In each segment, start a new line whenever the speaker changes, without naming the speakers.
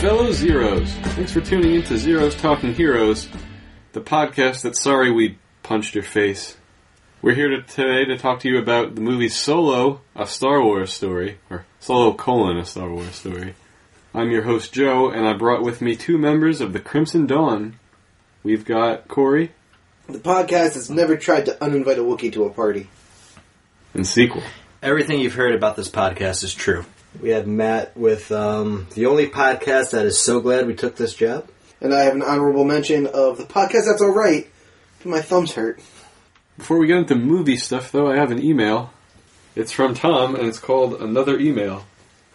Fellow Zeros, thanks for tuning in to Zeros Talking Heroes, the podcast that's sorry we punched your face. We're here to, today to talk to you about the movie Solo, a Star Wars story, or Solo colon, a Star Wars story. I'm your host, Joe, and I brought with me two members of the Crimson Dawn. We've got Corey
The podcast has never tried to uninvite a Wookiee to a party.
and Sequel.
Everything you've heard about this podcast is true. We have Matt with um, the only podcast that is so glad we took this job.
And I have an honorable mention of the podcast that's alright, but my thumbs hurt.
Before we get into movie stuff, though, I have an email. It's from Tom, and it's called Another Email.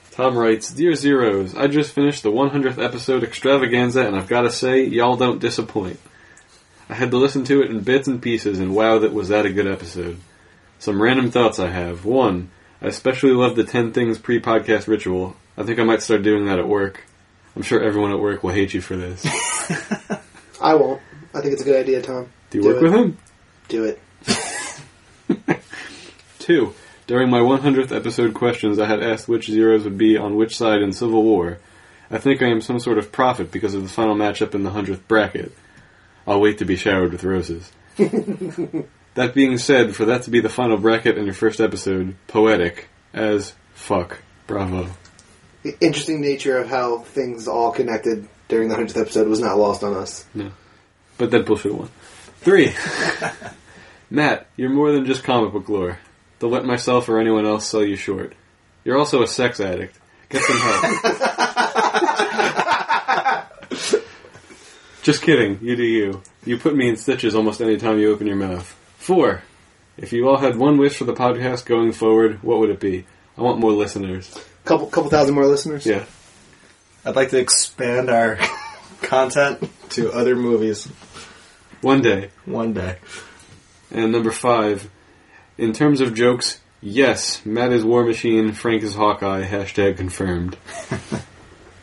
Tom writes Dear Zeros, I just finished the 100th episode extravaganza, and I've got to say, y'all don't disappoint. I had to listen to it in bits and pieces, and wow, that was that a good episode. Some random thoughts I have. One, I especially love the 10 things pre podcast ritual. I think I might start doing that at work. I'm sure everyone at work will hate you for this.
I won't. I think it's a good idea, Tom.
Do you work
it.
with him?
Do it.
Two, during my 100th episode questions, I had asked which zeros would be on which side in Civil War. I think I am some sort of prophet because of the final matchup in the 100th bracket. I'll wait to be showered with roses. that being said, for that to be the final bracket in your first episode, poetic as fuck. Bravo.
The interesting nature of how things all connected during the 100th episode was not lost on us.
But that bullshit one. Three. Matt, you're more than just comic book lore. Don't let myself or anyone else sell you short. You're also a sex addict. Get some help. just kidding. You do you. You put me in stitches almost any time you open your mouth. Four. If you all had one wish for the podcast going forward, what would it be? I want more listeners.
Couple couple thousand more listeners?
Yeah.
I'd like to expand our content to other movies
One day.
one day.
And number five, in terms of jokes, yes, Matt is War Machine, Frank is Hawkeye, hashtag confirmed.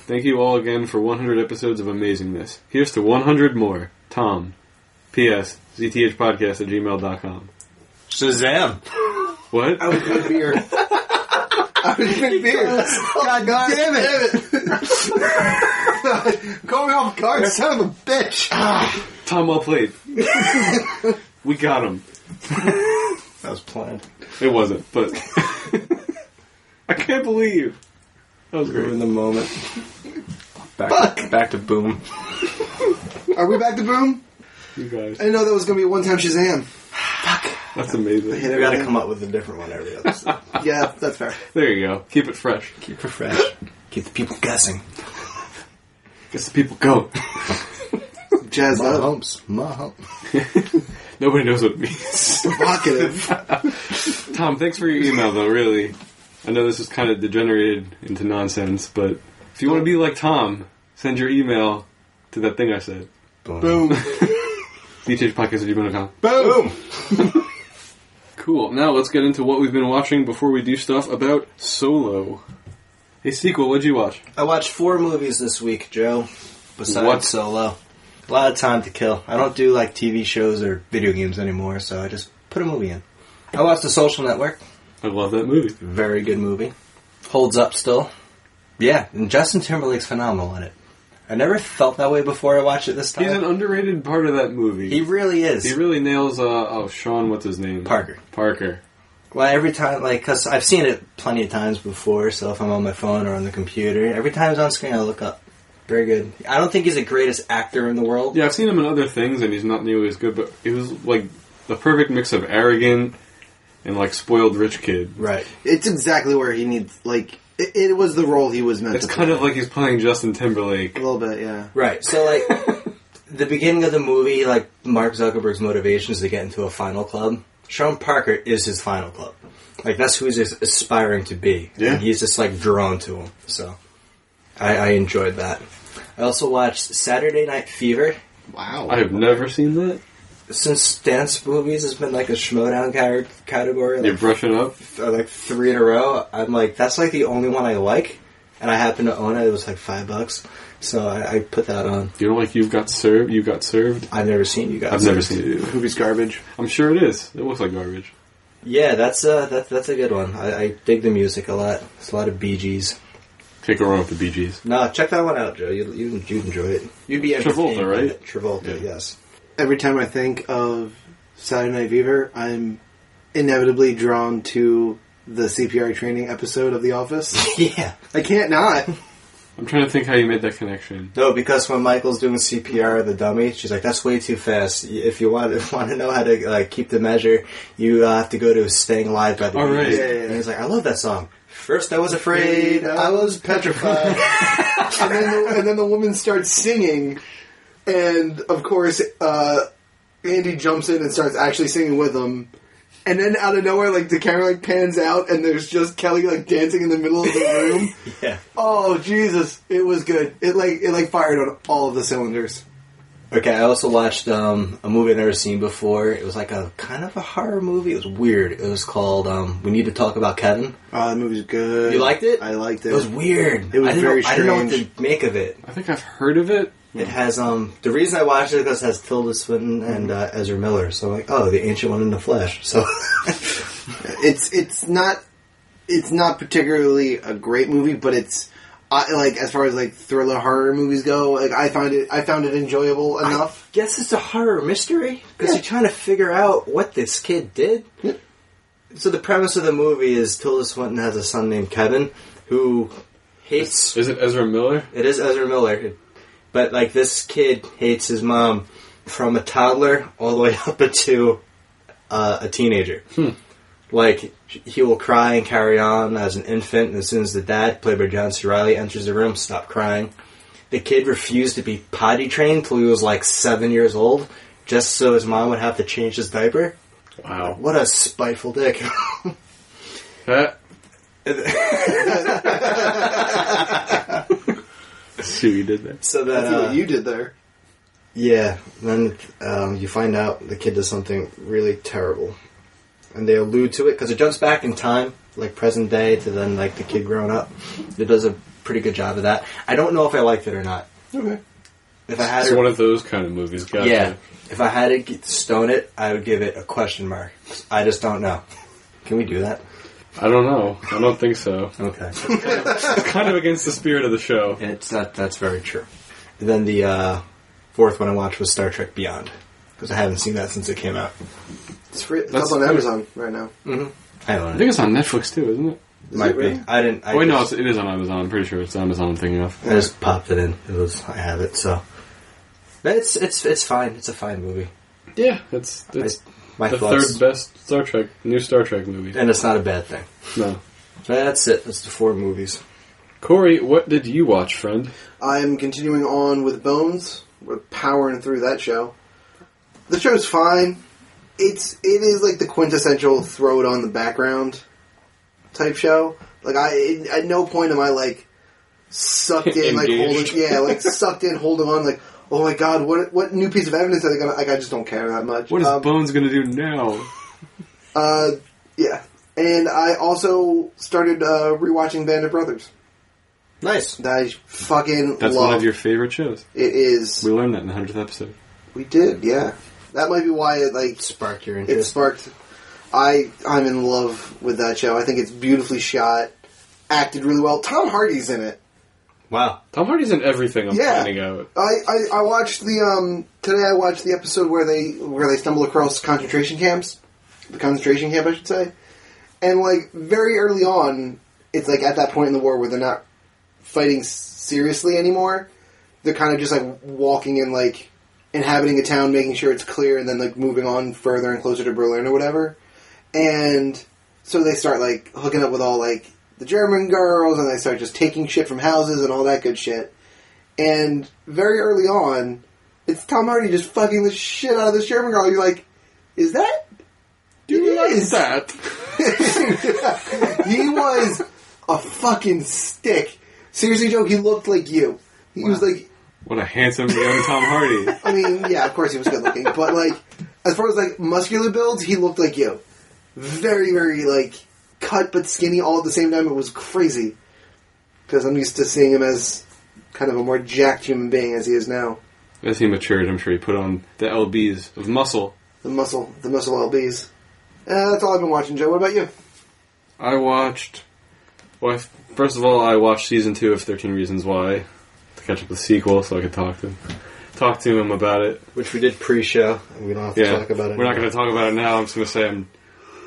Thank you all again for 100 episodes of amazingness. Here's to 100 more. Tom. P.S. ZTHpodcast at gmail.com.
Shazam!
What?
I would drink beer. I would drink beer. God, damn it! Damn it. Call me off guard, son of a bitch!
Tom, well played. we got him.
That was planned.
It wasn't, but. I can't believe. That was
We're in
great.
the moment. Back, back to boom.
Are we back to boom?
You guys.
I didn't know that was going to be a one-time Shazam.
That's amazing.
We gotta come up with a different one every episode.
Yeah, that's fair.
There you go. Keep it fresh.
Keep it fresh. Keep the people guessing.
Gets the people going.
Jazzed
My
up.
humps. My hump.
Nobody knows what it means.
Provocative.
Tom, thanks for your email, though, really. I know this is kind of degenerated into nonsense, but if you want to be like Tom, send your email to that thing I said.
Boom.
DTHpodcast.com.
Boom.
Cool. Now let's get into what we've been watching before we do stuff about Solo. Hey, sequel, what'd you watch?
I watched four movies this week, Joe. Besides
What?
Solo, a lot of time to kill. I don't do like TV shows or video games anymore, so I just put a movie in. I watched The Social Network.
I love that movie.
Very good movie. Holds up still. Yeah, and Justin Timberlake's phenomenal in it. I never felt that way before I watched it this
He's an
time.
underrated part of that movie.
He really is.
He really nails, uh, oh, Sean, what's his name?
Parker.
Parker.
Well, every time, like, cause I've seen it plenty of times before. So if I'm on my phone or on the computer, every time it's on screen, I look up. Very good. I don't think he's the greatest actor in the world.
Yeah, I've seen him in other things, and he's not nearly as good. But he was like the perfect mix of arrogant and like spoiled rich kid.
Right.
It's exactly where he needs. Like it, it was the role he was meant.
It's
to
kind
play.
of like he's playing Justin Timberlake.
a little bit, yeah.
Right. So like the beginning of the movie, like Mark Zuckerberg's motivation is to get into a final club. Sean Parker is his final club. Like that's who he's just aspiring to be.
Yeah.
And he's just like drawn to him. So I, I enjoyed that. I also watched Saturday Night Fever.
Wow.
I have never seen that.
Since dance movies has been like a schmodown ca- category,
You're
like,
brushing up.
uh, like three in a row, I'm like that's like the only one I like, and I happen to own it. It was like five bucks, so I, I put that on.
You know, like you've got served. You got served.
I've never seen you guys.
I've never seen it.
Movie's garbage.
I'm sure it is. It looks like garbage.
Yeah, that's uh, that, that's a good one. I, I dig the music a lot. It's a lot of BGs.
Can't go wrong with the Bee Gees.
No, check that one out, Joe. You you you'd enjoy it. You'd be
Travolta,
entertained by
right?
it. Travolta,
Yeah.
yes.
Every time I think of Saturday Night Fever, I'm inevitably drawn to the CPR training episode of The Office.
yeah.
I can't not.
I'm trying to think how you made that connection.
No, because when Michael's doing CPR on the dummy, she's like, "That's way too fast. Y- If you want want to know how to like keep the measure, you uh, have to go to Staying Alive by the
Oh,
Beatles."
right.
Yeah, yeah, yeah.
And he's like, "I love that song. First I was afraid, I was petrified."
and, then the, and then the woman starts singing, and of course, uh, Andy jumps in and starts actually singing with them. And then out of nowhere, like the camera like pans out, and there's just Kelly like dancing in the middle of the room.
yeah.
Oh Jesus! It was good. It like it like fired on all of the cylinders.
Okay, I also watched um, a movie I've never seen before. It was like a kind of a horror movie. It was weird. It was called um, "We Need to Talk About Kevin."
Oh, the movie's good.
You liked it?
I liked it.
It was weird.
It was
I didn't
very
know, I didn't know what
strange.
to make of it.
I think I've heard of it.
It has um the reason I watched it because it has Tilda Swinton and uh,
Mm-hmm.
Ezra Miller. So I'm like, oh, the ancient one in the flesh. So
it's it's not it's not particularly a great movie, but it's I, like as far as like thriller horror movies go, like I found it I found it enjoyable enough.
guess it's a horror mystery because you're trying to figure out what this kid did. So the premise of the movie is Tilda Swinton has a son named Kevin who hates.
Is it Ezra Miller?
It is Ezra Miller, but like this kid hates his mom from a toddler all the way up to uh, a teenager.
Hmm.
Like he will cry and carry on as an infant, and as soon as the dad, played by John C. Reilly, enters the room, stop crying. The kid refused to be potty trained till he was like seven years old, just so his mom would have to change his diaper.
Wow.
What a spiteful dick!
That. See what you did there.
so
I
that
see
uh,
what you did there.
Yeah, then um, you find out the kid does something really terrible, and they allude to it because it jumps back in time, like present day, to then like the kid growing up. It does a pretty good job of that. I don't know if I liked it or not.
Okay.
If I had,
It's
to,
one of those kind of movies. Gotcha.
yeah, if I had to g- stone it, I would give it a question mark. I just don't know. Can we do that?
I don't know. I don't think so.
Okay,
It's kind of against the spirit of the show.
it's that. That's very true. And then the uh, fourth one I watched was Star Trek Beyond because I haven't seen that since it came out.
It's free. It's
That's
up on
good.
Amazon right now.
I don't know.
I think it's on Netflix too, isn't it?
Is
Might
it really?
be. I didn't. I
Oh, Wait, no,
just-
it's, it is on Amazon. I'm pretty sure it's Amazon. I'm thinking of.
I just popped it in. It was I have it, so but it's it's it's fine. It's a fine movie.
Yeah, it's it's
I- my
the
thoughts,
third best Star Trek new Star Trek movie.
and it's not a bad thing.
No,
That's it. That's the four movies.
Corey, what did you watch, friend?
I'm continuing on with Bones. We're powering through that show. The show's fine. It's it is like the quintessential throw it on the background type show. Like I at no point am I like sucked in like holding
Engaged.
yeah like sucked in holding on like oh my god what what new piece of evidence are they gonna like I just don't care that much.
What is
Um,
Bones gonna do now?
uh, yeah, and I also started uh, rewatching Band of Brothers.
Nice.
That I fucking
That's
love.
one of your favorite shows.
it is
We learned that in the hundredth episode.
We did, yeah. That might be why it like
Sparked your
it
interest.
sparked. I I'm in love with that show. I think it's beautifully shot, acted really well. Tom Hardy's in it.
wow.
Tom Hardy's in everything. I'm
Yeah.
finding out.
I, I I watched the um today. I watched the episode where they where they stumble across concentration camps, the concentration camp I should say, and like very early on, it's like at that point in the war where they're not fighting s- seriously anymore. They're kind of just like walking and like inhabiting a town, making sure it's clear, and then like moving on further and closer to Berlin or whatever. And so they start like hooking up with all like the German girls, and they start just taking shit from houses and all that good shit. And very early on, it's Tom Hardy just fucking the shit out of this German girl. You're like, is that?
Do
It is.
that?
he was a fucking stick. Seriously, Joe, he looked like you. He was like,
What a handsome young Tom Hardy.
I mean, yeah, of course he was good looking, but like, as far as like muscular builds, he looked like you. Very, very like cut but skinny all at the same time. It was crazy because I'm used to seeing him as kind of a more jacked human being as he is now.
As he matured, I'm sure he put on the lbs of muscle.
The muscle, the muscle LBs. Uh, that's all I've been watching, Joe. What about you?
I watched Well, I- first of all, I watched season two of Thirteen Reasons Why to catch up with the sequel, so I could talk to talk to him about it.
Which we did pre-show. and We don't have to
Yeah,
talk about it.
we're not going to talk about it now. I'm just going to say I'm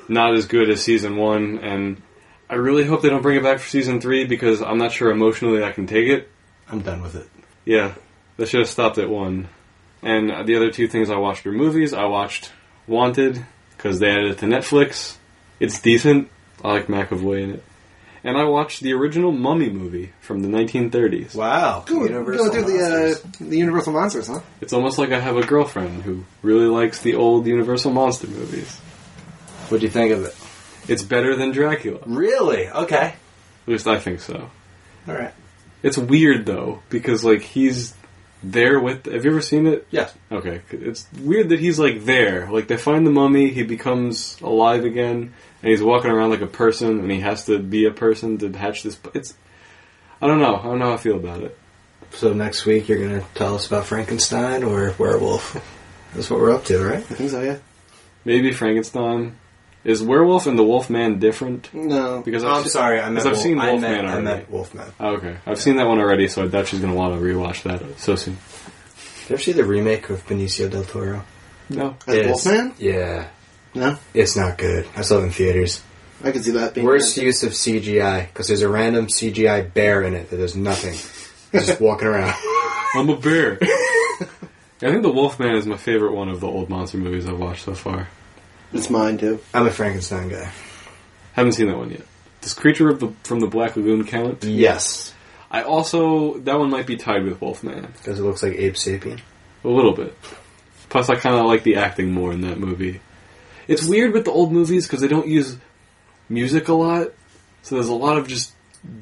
not as good as season one, and I really hope they don't bring it back for season three because I'm not sure emotionally I can take it.
I'm done with it.
Yeah, they should have stopped at one. And uh, the other two things I watched were movies. I watched Wanted because they added it to Netflix. It's decent. I like McAvoy in it. And I watched the original Mummy movie from the 1930s.
Wow.
Go, go do the
Monsters.
uh, the Universal monsters, huh?
It's almost like I have a girlfriend who really likes the old Universal monster movies.
What do you think of it?
It's better than Dracula. At
Really? Okay.
least I think so.
All right.
It's weird though because like he's there with. Have you ever seen it?
Yes.
Okay, it's weird that he's like there. Like they find the mummy, he becomes alive again, and he's walking around like a person, and he has to be a person to hatch this. It's I don't know. I don't know how I feel about it.
So next week you're going to tell us about Frankenstein or werewolf. That's what we're up to, right?
I think so. Yeah.
Maybe Frankenstein is werewolf and the Wolfman different
No.
because
Oh, I'm sorry. I meant
because I've
Wolf-
seen
I
Wolfman
meant, I
already.
meant Wolfman.
Oh, okay, I've seen that one already, so I doubt she's gonna want to rewatch that so soon.
Did you ever see the remake of Benicio del Toro?
No,
As
It's-
Wolfman?
Yeah.
No.
It's not good. I saw it in theaters.
I could see that being
Worst use of CGI, because there's a random CGI bear in it that does nothing. It's just walking around.
I'm a bear. I think the Wolfman is my favorite one of the old monster movies I've watched so far.
It's mine too.
I'm a Frankenstein guy.
Haven't seen that one yet. Does Creature of the, from the Black Lagoon count?
Yes.
I also that one might be tied with Wolfman
Because it looks like Abe Sapien.
a little bit. Plus, I kind of like the acting more in that movie. It's weird with the old movies because they don't use music a lot, so there's a lot of just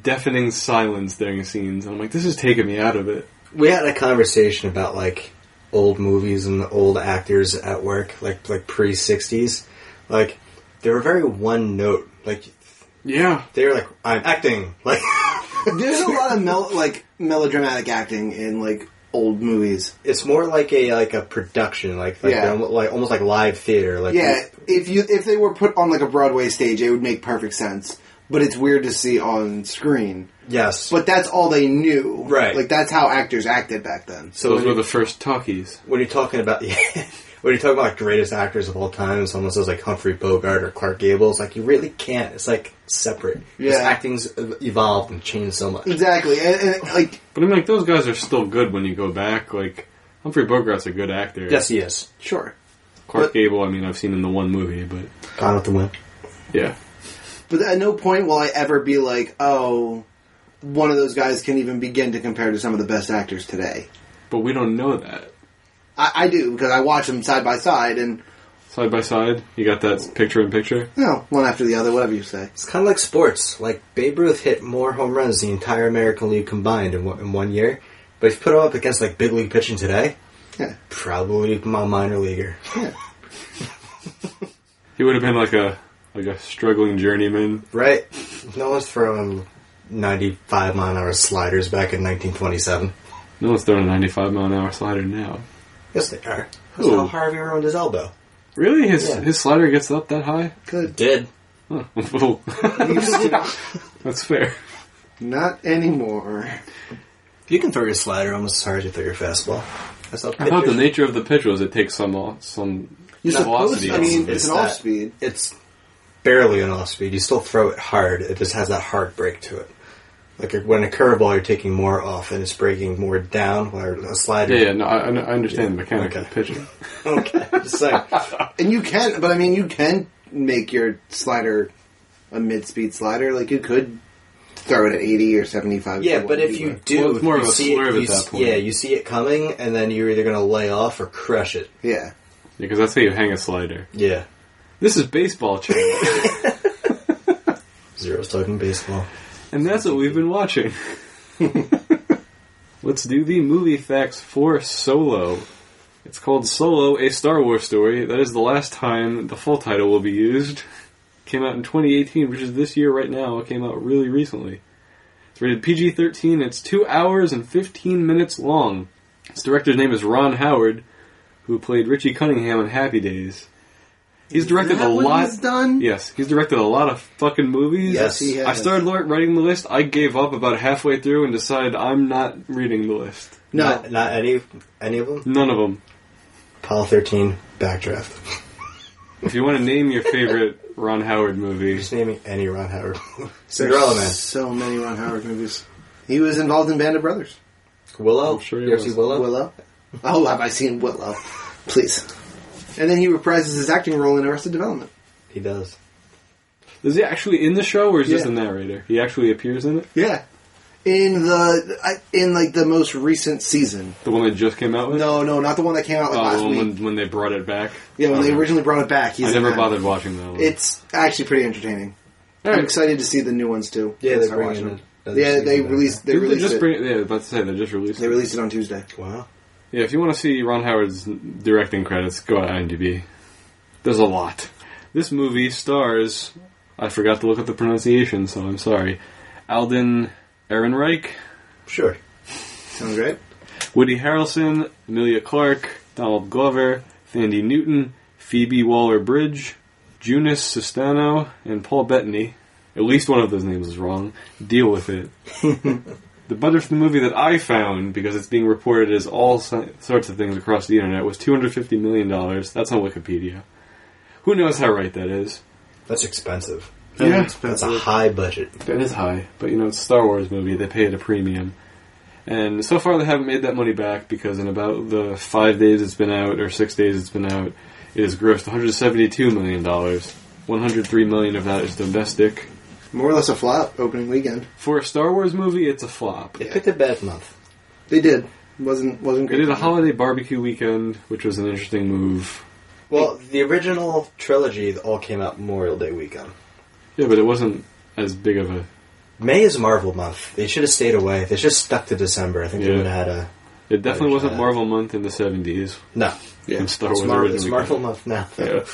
deafening silence during scenes, and I'm like, this is taking me out of it.
We had a conversation about like old movies and the old actors at work, like like pre sixties. Like they were very one note. Like
Yeah,
they were like, I'm acting. Like
There's a lot of mel- like melodramatic acting in like old movies.
it's more like a like a production, like like,
Yeah.
they're almo- like almost like live theater. Like
Yeah, if you if they were put on like a Broadway stage, it would make perfect sense. But it's weird to see on screen.
yes.
But that's all they knew,
Right.
Like that's how actors acted back then.
so
those
when
were
you,
the first talkies.
when you're talking about when you're talking about like, greatest actors of all time, someone says like Humphrey Bogart or Clark Gable, it's like you really can't. It's like separate. 'Cause
Yeah.
acting's evolved and changed so much.
Exactly, and, and like
But I'm like, those guys are still good when you go back. Like Humphrey Bogart's a good actor.
Yes, he is.
sure,
Clark
But-
Gable. I mean, I've seen him in the one movie, but
Gone with the wind.
yeah.
but at no point will I ever be like, oh, one of those guys can even begin to compare to some of the best actors today.
But we don't know that.
I, I do because I watch them side by side, and
Side by side, you got that picture in picture.
you know, one after the other, whatever you say.
It's kind of like sports. Like Babe Ruth hit more home runs than the entire American League combined in one, in one year. But if you put him up against like big league pitching today,
Yeah.
probably a minor leaguer.
He would have been like a like a struggling journeyman.
Right? No one's throwing 95 mile an hour sliders back in 1927.
No one's throwing a 95 mile an hour slider now.
Yes, they are. That's
Who?
how Harvey ruined his elbow.
Really, his
Yeah.
his slider gets up that high?
Good.
Did.
Huh. Well, That's fair.
Not anymore.
You can throw your slider almost as hard as you throw your fastball. That's how
I thought the nature of the pitch was it takes some off- some
You're supposed.
velocity.
to I
off
mean,
of it.
it's an off speed.
It's barely an off speed. You still throw it hard. It just has that hard break to it. Like a, when a curveball, you're taking more off and it's breaking more down. Where a slider,
yeah, yeah, no, I, I I understand the mechanics
Okay.
of pitching.
okay, just like
And you can, but I mean, you can make your slider a mid-speed slider. Like you could throw it at eighty or seventy-five.
yeah. But if you do,
Well, it's more
you
of a
see it-
swerve
you
at that
s-
point.
Yeah, you see it coming, and then you're either going to lay off or crush it.
yeah,
Because that's how you hang a slider.
Yeah,
This is baseball, channel,
zero's talking baseball.
and that's what we've been watching. Let's do the movie facts for Solo. It's called Solo, a Star Wars story. That is the last time the full title will be used. Came out in 2018, which is this year right now. It came out really recently. It's rated PG 13. It's 2 hours and 15 minutes long. Its director's name is Ron Howard, who played Richie Cunningham on Happy Days. He's directed
Is that
a
what
lot.
He's done.
Yes, he's directed a lot of fucking movies.
Yes.
Yes, he has.
I started lo- writing the list. I gave up about halfway through and decided I'm not reading the list.
No,
Not, not any any of them.
None of them.
Apollo 13, Backdraft.
If you want to name your favorite Ron Howard movie,
Just naming any Ron Howard. movie.
there's
Cinderella Man.
so many Ron Howard movies. He was involved in Band of Brothers.
Willow.
I'm sure he
you ever
was.
see Willow?
Willow. Oh, have I seen Willow? Please. And then he reprises his acting role in Arrested Development.
He does.
is he actually in the show or is this a
Yeah.
narrator? He actually appears in it.
Yeah. In the I- in like the most recent season.
The one that just came out with.
No, no, not the one that came out like
Oh,
last
the one
week.
when, when they brought it back.
yeah, when
Okay.
they originally brought it back, he's
I
in
never
that.
bothered watching that one.
It's actually pretty entertaining.
All
I'm
right.
excited to see the new ones too.
Yeah, they're
Start
bringing
watching
in
them.
another
Yeah, they
season back.
released. They
Didn't
released
just
it.
bring it- yeah, I was about to say they just released
they
it.
released it on Tuesday.
Wow.
Yeah, if you want to see Ron Howard's directing credits, go to IMDb. There's a lot. This movie stars. I forgot to look up the pronunciation, so I'm sorry. Alden Ehrenreich,
Sure.
Sounds right.
Woody Harrelson, Amelia Clark, Donald Glover, Thandi Newton, Phoebe Waller Bridge, Junis Sistano, and Paul Bettany. At least one of those names is wrong. Deal with it. the budget for the movie that I found, because it's being reported as all si- sorts of things across the internet, was $250 million. That's on Wikipedia. Who knows how right that is?
That's expensive.
Yeah.
That's a high budget.
That is high, but you know, it's a Star Wars movie. They pay it a premium. And so far, they haven't made that money back because in about the five days it's been out, or six days it's been out, it has grossed $172 million. $103 million of that is domestic.
More or less a flop opening weekend.
For a Star Wars movie, it's a flop.
They picked a bad month.
They did. wasn't wasn't
They
great.
did a holiday barbecue weekend, which was an interesting move.
Well, the original trilogy all came out Memorial Day weekend.
Yeah, but it wasn't as big of a.
May is Marvel month. They should have stayed away. They should have stuck to December. I think they
Yeah.
would have had a
It definitely
Better
wasn't
shot.
Marvel month in the 70s.
no.
Yeah,
when Star
It's,
Wars
Mar- it's
originally
Marvel
came out.
month now.
Yeah.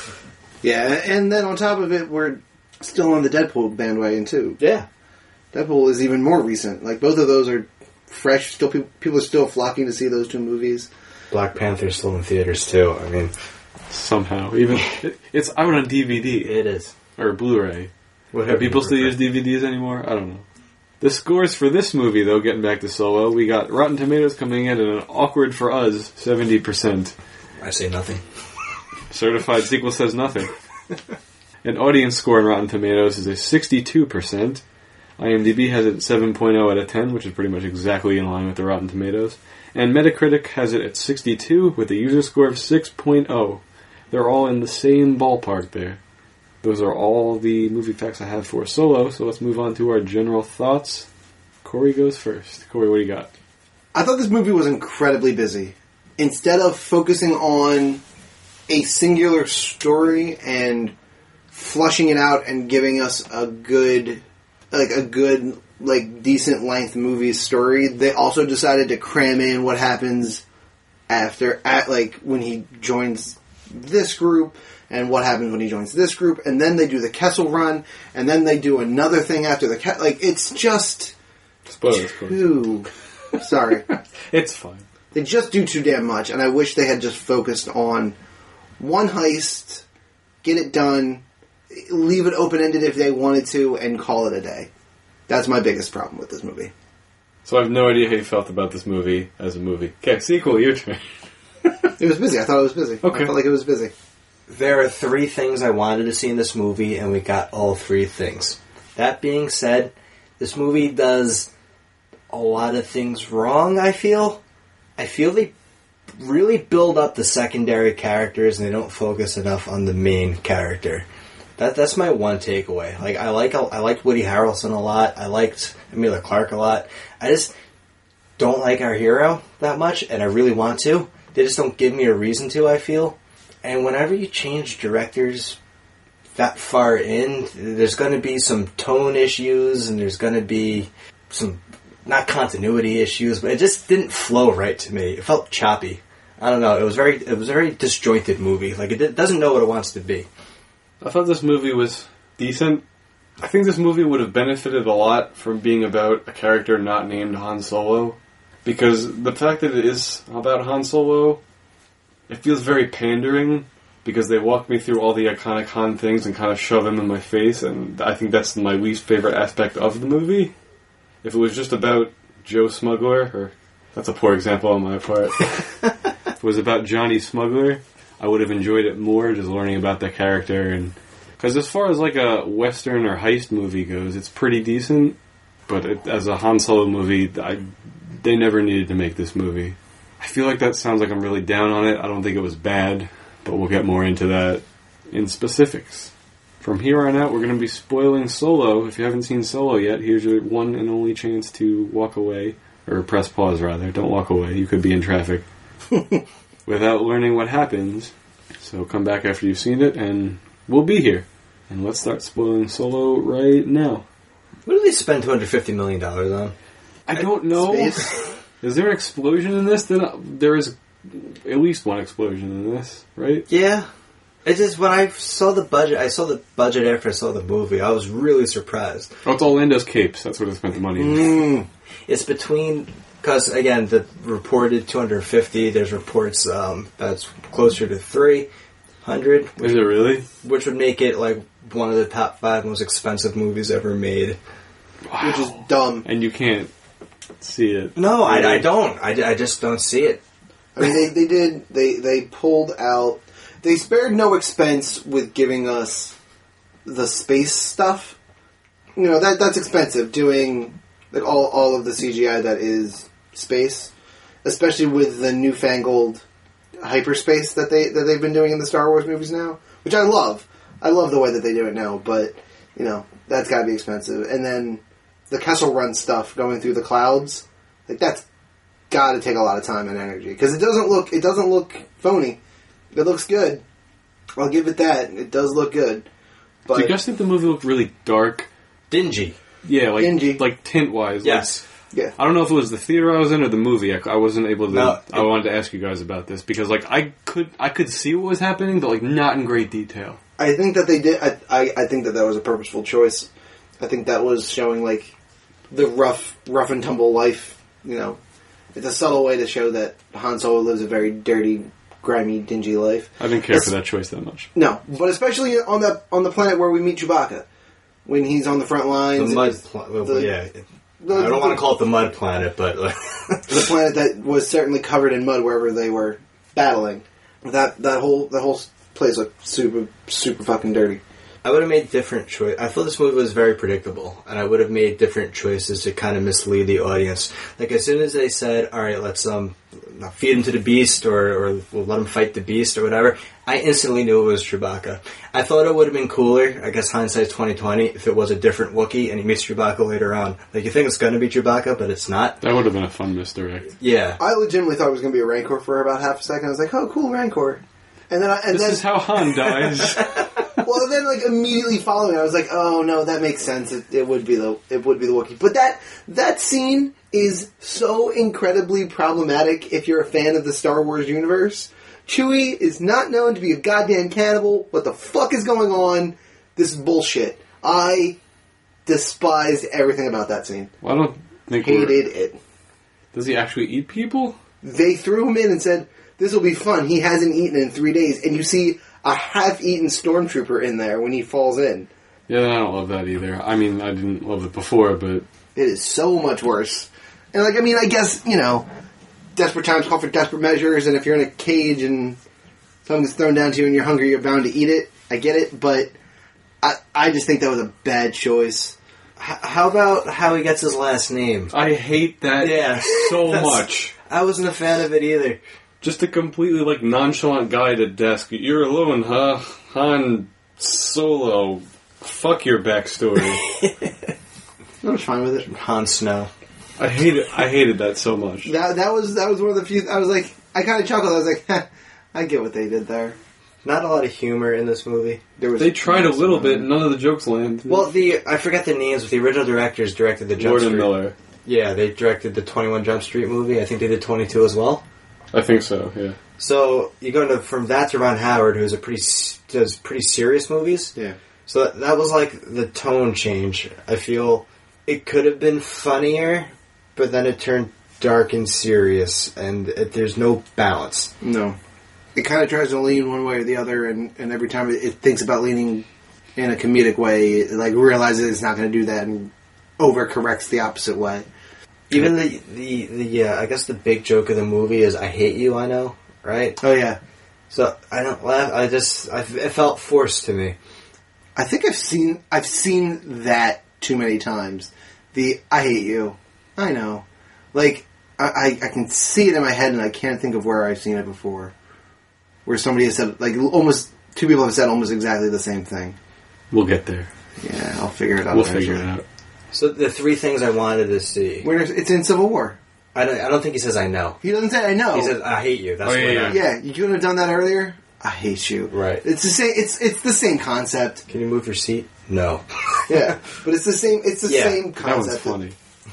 yeah, and then on top of it, we're still on the Deadpool bandwagon too.
Yeah.
Deadpool is even more recent. Like both of those are fresh. Still, people people are still flocking to see those two movies.
Black Panther's still in theaters too. I mean,
Somehow. even it, It's out on DVD,
it is.
or Blu ray.
Whatever
Do people
you
still use
prefer.
DVDs anymore? I don't know. The scores for this movie, though, getting back to Solo, we got Rotten Tomatoes coming in at an awkward for us 70%.
I say nothing.
Certified sequel says nothing. An audience score on Rotten Tomatoes is a 62%. IMDb has it at 7.0 out of 10, which is pretty much exactly in line with the Rotten Tomatoes. And Metacritic has it at 62 with a user score of 6.0. They're all in the same ballpark there. Those are all the movie facts I have for Solo, so let's move on to our general thoughts. Corey goes first. Corey, what do you got?
I thought this movie was incredibly busy. Instead of focusing on a singular story and flushing it out and giving us a good, like a good, like decent length movie story, they also decided to cram in what happens after, at like when he joins this group and what happens when he joins this group, and then they do the Kessel Run, and then they do another thing after the Ke- like it's just
Spoilers,
too. Sorry.
It's fine.
They just do too damn much, and I wish they had just focused on one heist, get it done, leave it open ended if they wanted to, and call it a day. That's my biggest problem with this movie.
So I have no idea how you felt about this movie as a movie. Okay, sequel, your turn.
It was busy. I thought it was busy.
Okay.
I felt like it was busy.
There are three things I wanted to see in this movie, and we got all three things. That being said, this movie does a lot of things wrong, I feel. I feel they really build up the secondary characters and they don't focus enough on the main character. That that's my one takeaway. Like I like I liked Woody Harrelson a lot. I liked Amelia Clark a lot. I just don't like our hero that much, and I really want to. They just don't give me a reason to. I feel, and whenever you change directors that far in, there's going to be some tone issues, and there's going to be some not continuity issues, but it just didn't flow right to me. It felt choppy. I don't know. It was very it was a very disjointed movie. Like it di- doesn't know what it wants to be.
I thought this movie was decent. I think this movie would have benefited a lot from being about a character not named Han Solo. Because the fact that it is about Han Solo, it feels very pandering because they walk me through all the iconic Han things and kind of shove them in my face, and I think that's my least favorite aspect of the movie. If it was just about Joe Smuggler, or that's a poor example on my part, if it was about Johnny Smuggler, I would have enjoyed it more just learning about the character. and Because as far as like a Western or heist movie goes, it's pretty decent, but it, as a Han Solo movie, I, they never needed to make this movie. I feel like that sounds like I'm really down on it. I don't think it was bad, but we'll get more into that in specifics. From here on out, we're going to be spoiling Solo. If you haven't seen Solo yet, here's your one and only chance to walk away, or press pause rather. Don't walk away, you could be in traffic, without learning what happens. So come back after you've seen it, and we'll be here. And let's start spoiling Solo right now.
What do they spend two hundred fifty million dollars on?
I
Uh,
don't know.
Space.
Is there an explosion in this? Then uh, there is at least one explosion in this, right?
Yeah, it's just when I saw the budget, I saw the budget after I saw the movie. I was really surprised.
Oh, it's Orlando's capes. That's where they spent the money.
Mm. It's between because again the reported 250. There's reports um, that's closer to 300,
Is it really?
which would make it like one of the top five most expensive movies ever made.
Wow.
which is dumb.
and you can't see it.
No, I, I don't. I, I just don't see it.
I mean, they, they did they they pulled out. They spared no expense with giving us the space stuff. You know that that's expensive doing like all all of the CGI that is space, especially with the newfangled hyperspace that they that they've been doing in the Star Wars movies now, which I love. I love the way that they do it now, but you know that's got to be expensive. And then the Kessel Run stuff going through the clouds, like that's got to take a lot of time and energy because it doesn't look it doesn't look phony. It looks good. I'll give it that. It does look good,
Do you
but
guys think the movie looked really dark?
Dingy.
Yeah, like
Dingy.
like tint wise.
Yes.
yeah,
I don't know if it was the theater I was in or the movie. I, I wasn't able to.
No.
I wanted to ask you guys about this because like I could I could see what was happening, but like not in great detail.
I think that they did. I, I I think that that was a purposeful choice. I think that was showing like the rough rough and tumble life. You know, it's a subtle way to show that Han Solo lives a very dirty, grimy, dingy life.
I didn't care
It's-
for that choice that much.
No, but especially on the on the planet where we meet Chewbacca when he's on the front
The
lines.
mud. Pla- well,
the-
yeah.
The-
I don't want
the-
to call it the mud planet, but like,
the planet that was certainly covered in mud wherever they were battling. That that whole that whole place looked super super fucking dirty.
I would have made different choice. I thought this movie was very predictable, and I would have made different choices to kind of mislead the audience. Like as soon as they said, "All right, let's um feed him to the beast," or or we'll let him fight the beast, or whatever, I instantly knew it was Chewbacca. I thought it would have been cooler. I guess hindsight's twenty twenty. If it was a different Wookiee and he meets Chewbacca later on, like you think it's going to be Chewbacca, but it's not.
That would have been a fun misdirect.
Yeah,
I legitimately thought it was going to be a Rancor for about half a second. I was like, oh, cool Rancor. And then, I, and
This
then,
is how Han dies.
well, then, like immediately following, I was like, "Oh no, that makes sense. It, it would be the it would be the Wookiee." But that that scene is so incredibly problematic if you're a fan of the Star Wars universe. Chewie is not known to be a goddamn cannibal. What the fuck is going on? This is bullshit. I despised everything about that scene.
well, I don't think we're-
Hated it.
Does he actually eat people?
They threw him in and said, "This will be fun." He hasn't eaten in three days, and you see a half-eaten stormtrooper in there when he falls in.
Yeah, I don't love that either. I mean, I didn't love it before, but
It is so much worse. And like, I mean, I guess you know, desperate times call for desperate measures, and if you're in a cage and something's thrown down to you and you're hungry, you're bound to eat it. I get it, but I I just think that was a bad choice.
H- how about how he gets his last name?
I hate that
Yeah.
so
That's-
much.
I wasn't a fan of it either.
Just a completely like nonchalant guy at a desk. You're alone, huh? Han Solo. Fuck your backstory.
I was fine with it.
Han Snow.
I hate it. I hated that so much.
That that was that was one of the few. I was like, I kind of chuckled. I was like, I get what they did there.
Not a lot of humor in this movie.
There was
They tried a little bit, and none of the jokes land.
Well, the I forget the names, but the original directors directed the Jump
Lord and
Street.
Miller.
Yeah, they directed the Twenty One Jump Street movie. I think they did Twenty Two as well.
I think so. Yeah.
So you go to, from that to Ron Howard, who's a pretty s- does pretty serious movies.
Yeah.
So that, that was like the tone change. I feel it could have been funnier, but then it turned dark and serious, and it, there's no balance.
No. it kind of tries to lean one way or the other, and, and every time it, it thinks about leaning in a comedic way, it, like realizes it's not going to do that and overcorrects the opposite way.
Even the the the uh, I guess the big joke of the movie is I hate you. I know, right?
Oh yeah,
So I don't laugh. I just I, it felt forced to me.
I think I've seen I've seen that too many times. The I hate you. I know. Like I, I, I can see it in my head and I can't think of where I've seen it before. Where somebody has said like almost two people have said almost exactly the same thing.
We'll get there.
Yeah, I'll figure it out.
We'll
eventually.
figure it out.
So the three things I wanted to see.
Where it's in Civil War.
I don't. I don't think he says I know.
He doesn't say I know.
He says I hate you. That's
Oh,
what
yeah, yeah.
I-
yeah, you couldn't have done that earlier. I hate you.
Right.
It's the same. It's it's the same concept.
Can you move your seat? No.
Yeah, but it's the same. It's the
Yeah,
same
That one's
concept.
funny.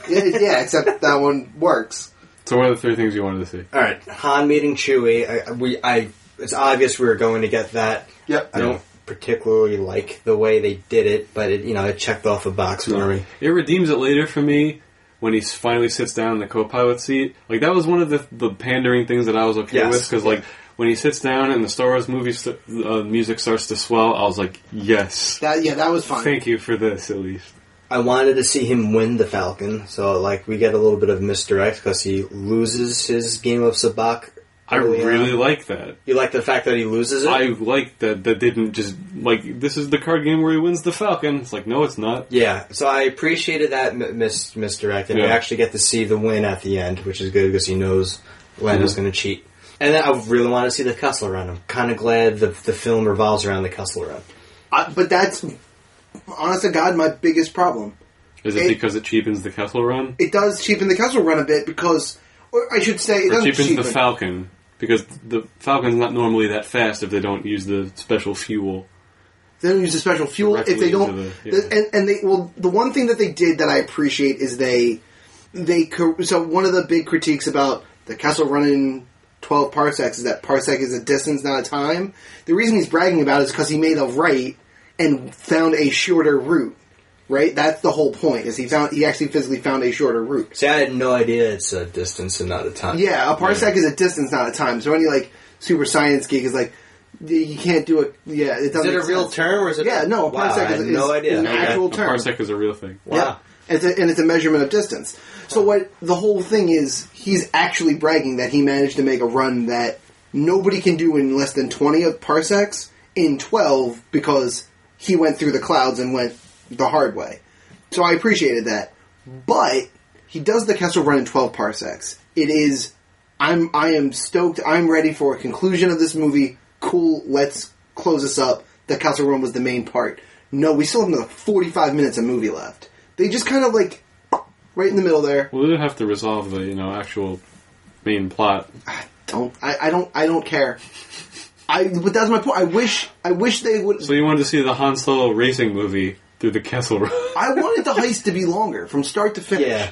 Yeah, yeah, except that one works.
So what are the three things you wanted to see?
All right. Han meeting Chewie. I, I- we. I. It's obvious we were going to get that.
Yep.
I don't particularly like the way they did it, but it, you know, it checked off a box for me.
It redeems it later for me when he s- finally sits down in the co-pilot seat. Like that was one of the the pandering things that I was okay
Yes.
with because like when he sits down and the Star Wars movie st- uh, music starts to swell, I was like, yes,
That yeah, that was fun.
thank you for this at least.
I wanted to see him win the Falcon, so like we get a little bit of misdirect because he loses his game of Sabak.
I
early on.
really like that.
You like the fact that he loses it?
I like that that didn't just like this is the card game where he wins the Falcon. It's like no, it's not.
yeah, so I appreciated that mi- mis- misdirect, and I
Yeah.
actually get to see the win at the end, which is good because he knows Lando's going to cheat. And then I really want to see the Kessel Run. I'm kind of glad the the film revolves around the Kessel Run.
I, but that's honest to God my biggest problem.
Is it,
It-
because it cheapens the Kessel Run
It does cheapen the Kessel Run a bit because, or I should say, it
or
doesn't
cheapens
cheapen.
the Falcon? Because the Falcon's not normally that fast if they don't use the special fuel.
they don't use the special fuel if
Directly
they don't.
into the-
the- and, and they well, the one thing that they did that I appreciate is they they cor- so one of the big critiques about the Kessel Run in twelve parsecs is that parsec is a distance, not a time. The reason he's bragging about it is because he made a right and found a shorter route. Right, that's the whole point. Is he found he actually physically found a shorter route.
See, I had no idea it's a distance and not a time.
Yeah, a parsec is a distance, not a time. So any like super science geek is like, y- you can't do it. Yeah, it
Is
doesn't.
it a
make
real
sense.
term or is it?
Yeah, no, a
Wow, I
parsec
had
is, is
no idea.
an
No,
Yeah,
actual
a
term.
parsec is a real thing.
Wow.
Yeah. It's a, and it's a measurement of distance. So what the whole thing is, he's actually bragging that he managed to make a run that nobody can do in less than twenty of parsecs in twelve because he went through the clouds and went the hard way. So I appreciated that, but he does the Kessel Run in twelve parsecs. It is, I'm I am stoked. I'm ready for a conclusion of this movie. Cool, let's close this up. The Kessel Run was the main part. No, we still have another forty five minutes of movie left. They just kind of like right in the middle there.
Well, they didn't have to resolve the you know actual main plot.
Don't I, I don't I don't care. I but that's my point. I wish I wish they would.
So you wanted to see the Han Solo racing movie through the Kessel Run?
I wanted the heist to be longer from start to finish.
Yeah.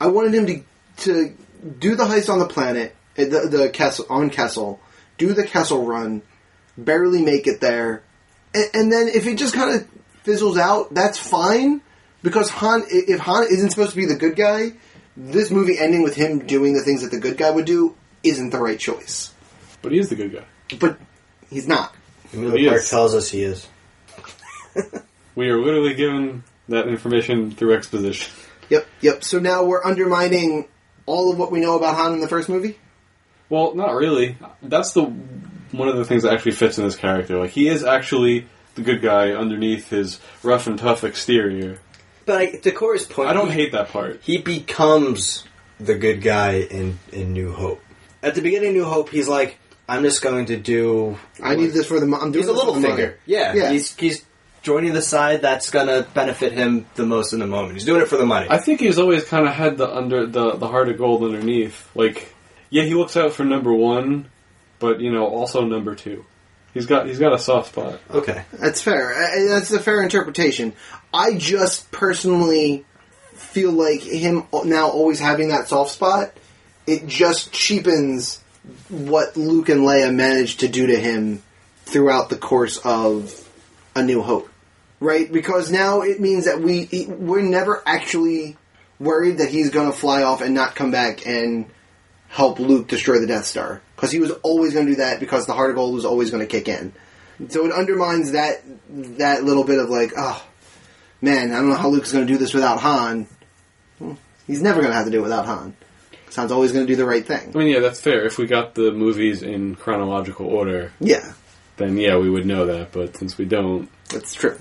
I wanted him to to do the heist on the planet, uh, the the Kessel on Kessel, do the Kessel run, barely make it there, and, and then if it just kind of fizzles out, that's fine. Because Han, i- if Han isn't supposed to be the good guy, this movie ending with him doing the things that the good guy would do isn't the right choice.
But he is the good guy.
But he's not.
Amelia
He
Clark
is.
tells us he is.
We are literally given that information through exposition.
Yep, yep. So now we're undermining all of what we know about Han in the first movie.
Well, not really. That's the one of the things that actually fits in this character. Like he is actually the good guy underneath his rough and tough exterior.
But I, to Cora's point,
I don't
he-
hate that part.
he becomes the good guy in, in New Hope. At the beginning of New Hope, he's like, I'm just going to do.
I need this for the. mo- I'm doing
He's a
this for
little
the money.
finger. Yeah,
Yeah.
He's, he's joining the side that's going to benefit him the most in the moment. He's doing it for the money.
I think he's always kind of had the under the the heart of gold underneath. Like, yeah, he looks out for number one, but you know, also number two. He's got he's got a soft spot.
okay.
That's fair. I- I- That's a fair interpretation. I just personally feel like him now always having that soft spot. It just cheapens what Luke and Leia managed to do to him throughout the course of A New Hope, right? Because now it means that we we're never actually worried that he's going to fly off and not come back and help Luke destroy the Death Star because he was always going to do that because the Heart of Gold was always going to kick in. So it undermines that that little bit of like, oh man, I don't know how Luke's going to do this without Han. Hmm, He's never going to have to do it without Han. 'Cause Han's always going to do the right thing.
I mean, yeah, that's fair. If we got the movies in chronological order,
Yeah,
then yeah, we would know that. But since we don't,
that's true.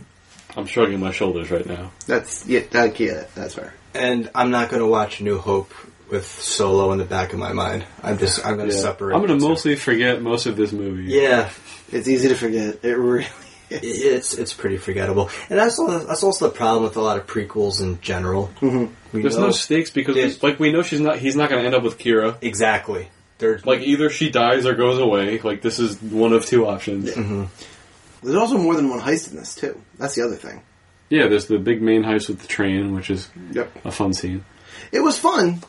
I'm shrugging my shoulders right now.
That's yeah, that, yeah that's fair.
And I'm not going to watch New Hope with Solo in the back of my mind. I'm just I'm going to
Yeah.
separate.
I'm going
the
to
two.
mostly forget most of this movie.
Yeah,
It's easy to forget. It really.
i- it's it's pretty forgettable, and that's all, that's also the problem with a lot of prequels in general. Mm-hmm. We
There's
know-
no stakes because,
Yeah.
we, like, we know she's not. He's not going to end up with Kira.
exactly. There's
Like, either she dies or goes away. Like, this is one of two options. Yeah,
There's also more than one heist in this too. That's the other thing.
there's the big main heist with the train, which is
Yep.
a fun scene.
It was fun.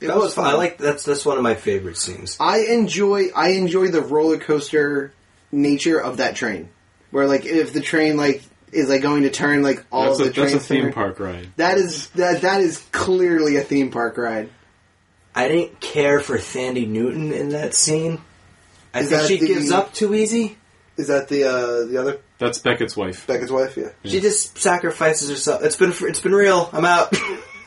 It
that was fun. I like that's that's one of my favorite scenes.
I enjoy. I enjoy the roller coaster nature of that train. Where like if the train like is like going to turn like all
That's
of
a,
the trains.
that's a theme
turn-
park ride.
That is that that is clearly a theme park ride.
I didn't care for Thandi Newton in that scene. I
Is
think
that
she
the-
gives up too easy.
Is that the uh, the other
That's Beckett's wife.
Beckett's wife? Yeah.
She just sacrifices herself. It's been it's been real. I'm out.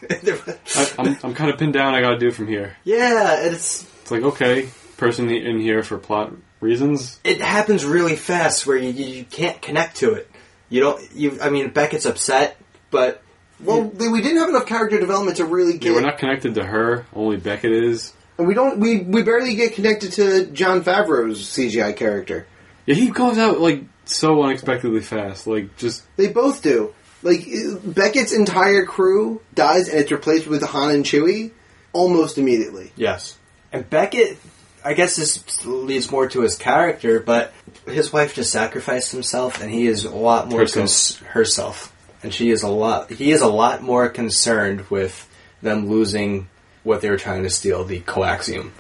I, I'm, I'm kind of pinned down. I got to do from here.
yeah, it's
It's like okay, person in here for plot reasons.
it happens really fast where you, you, you can't connect to it. You don't. You. I mean, Beckett's upset, but
Well, they, we didn't have enough character development to really
Yeah,
get,
we're not connected to her. Only Beckett is.
and we don't we we barely get connected to John Favreau's CGI character.
Yeah, he goes out like so unexpectedly fast. Like just
They both do. Like Beckett's entire crew dies, and it's replaced with Han and Chewie almost immediately.
yes. And Beckett, I guess this leads more to his character, but his wife just sacrificed himself, and he is a lot more
Herself.
cons- herself, and she is a lot. He is a lot more concerned with them losing what they were trying to steal, the coaxium.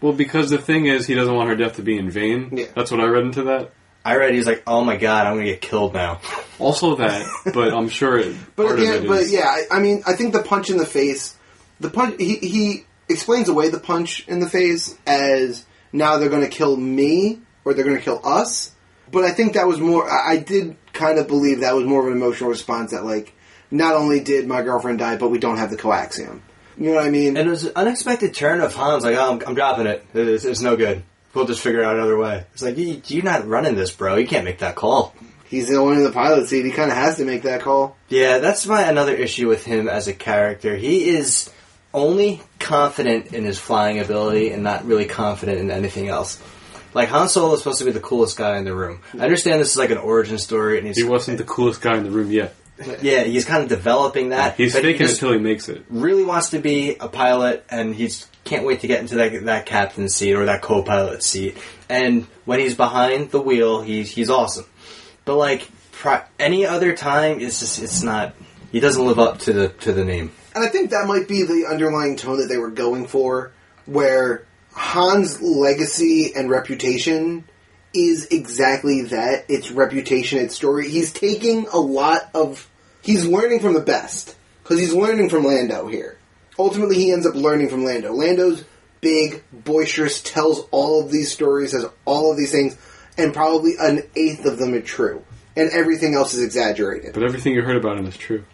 well, because the thing is, he doesn't want her death to be in vain.
Yeah.
That's what I read into that.
I read. He's like, "Oh my god, I'm gonna get killed now."
Also that, but I'm sure. It,
But
part
yeah,
of it
but
is-
yeah, I, I mean, I think the punch in the face, the punch he he explains away the punch in the face as now they're going to kill me or they're going to kill us. But I think that was more. I, I did kind of believe that was more of an emotional response that like, not only did my girlfriend die, but we don't have the coaxium. You know what I mean?
And it was an unexpected turn of Han's like, oh, I'm, I'm dropping it. It's, it's no good. We'll just figure out another way. It's like, you, you're not running this, bro. You can't make that call.
He's the one in the pilot seat. He kind of has to make that call.
Yeah, that's my another issue with him as a character. He is only confident in his flying ability and not really confident in anything else. Like Han Solo is supposed to be the coolest guy in the room. I understand this is like an origin story, and he's
he wasn't the coolest guy in the room yet.
yeah, he's kind of developing that.
He's
but he
faking it
just-
until he makes it.
really wants to be a pilot and he's can't wait to get into that that captain seat or that co-pilot seat. And when he's behind the wheel, he's he's awesome. But like pri- any other time, it's just it's not. He doesn't live up to the to the name.
And I think that might be the underlying tone that they were going for, where Han's legacy and reputation is exactly that. It's reputation, it's story. He's taking a lot of. He's learning from the best. Because he's learning from Lando here. Ultimately, he ends up learning from Lando. Lando's big, boisterous, tells all of these stories, has all of these things, and probably an eighth of them are true. And everything else is exaggerated.
But everything you heard about him is true.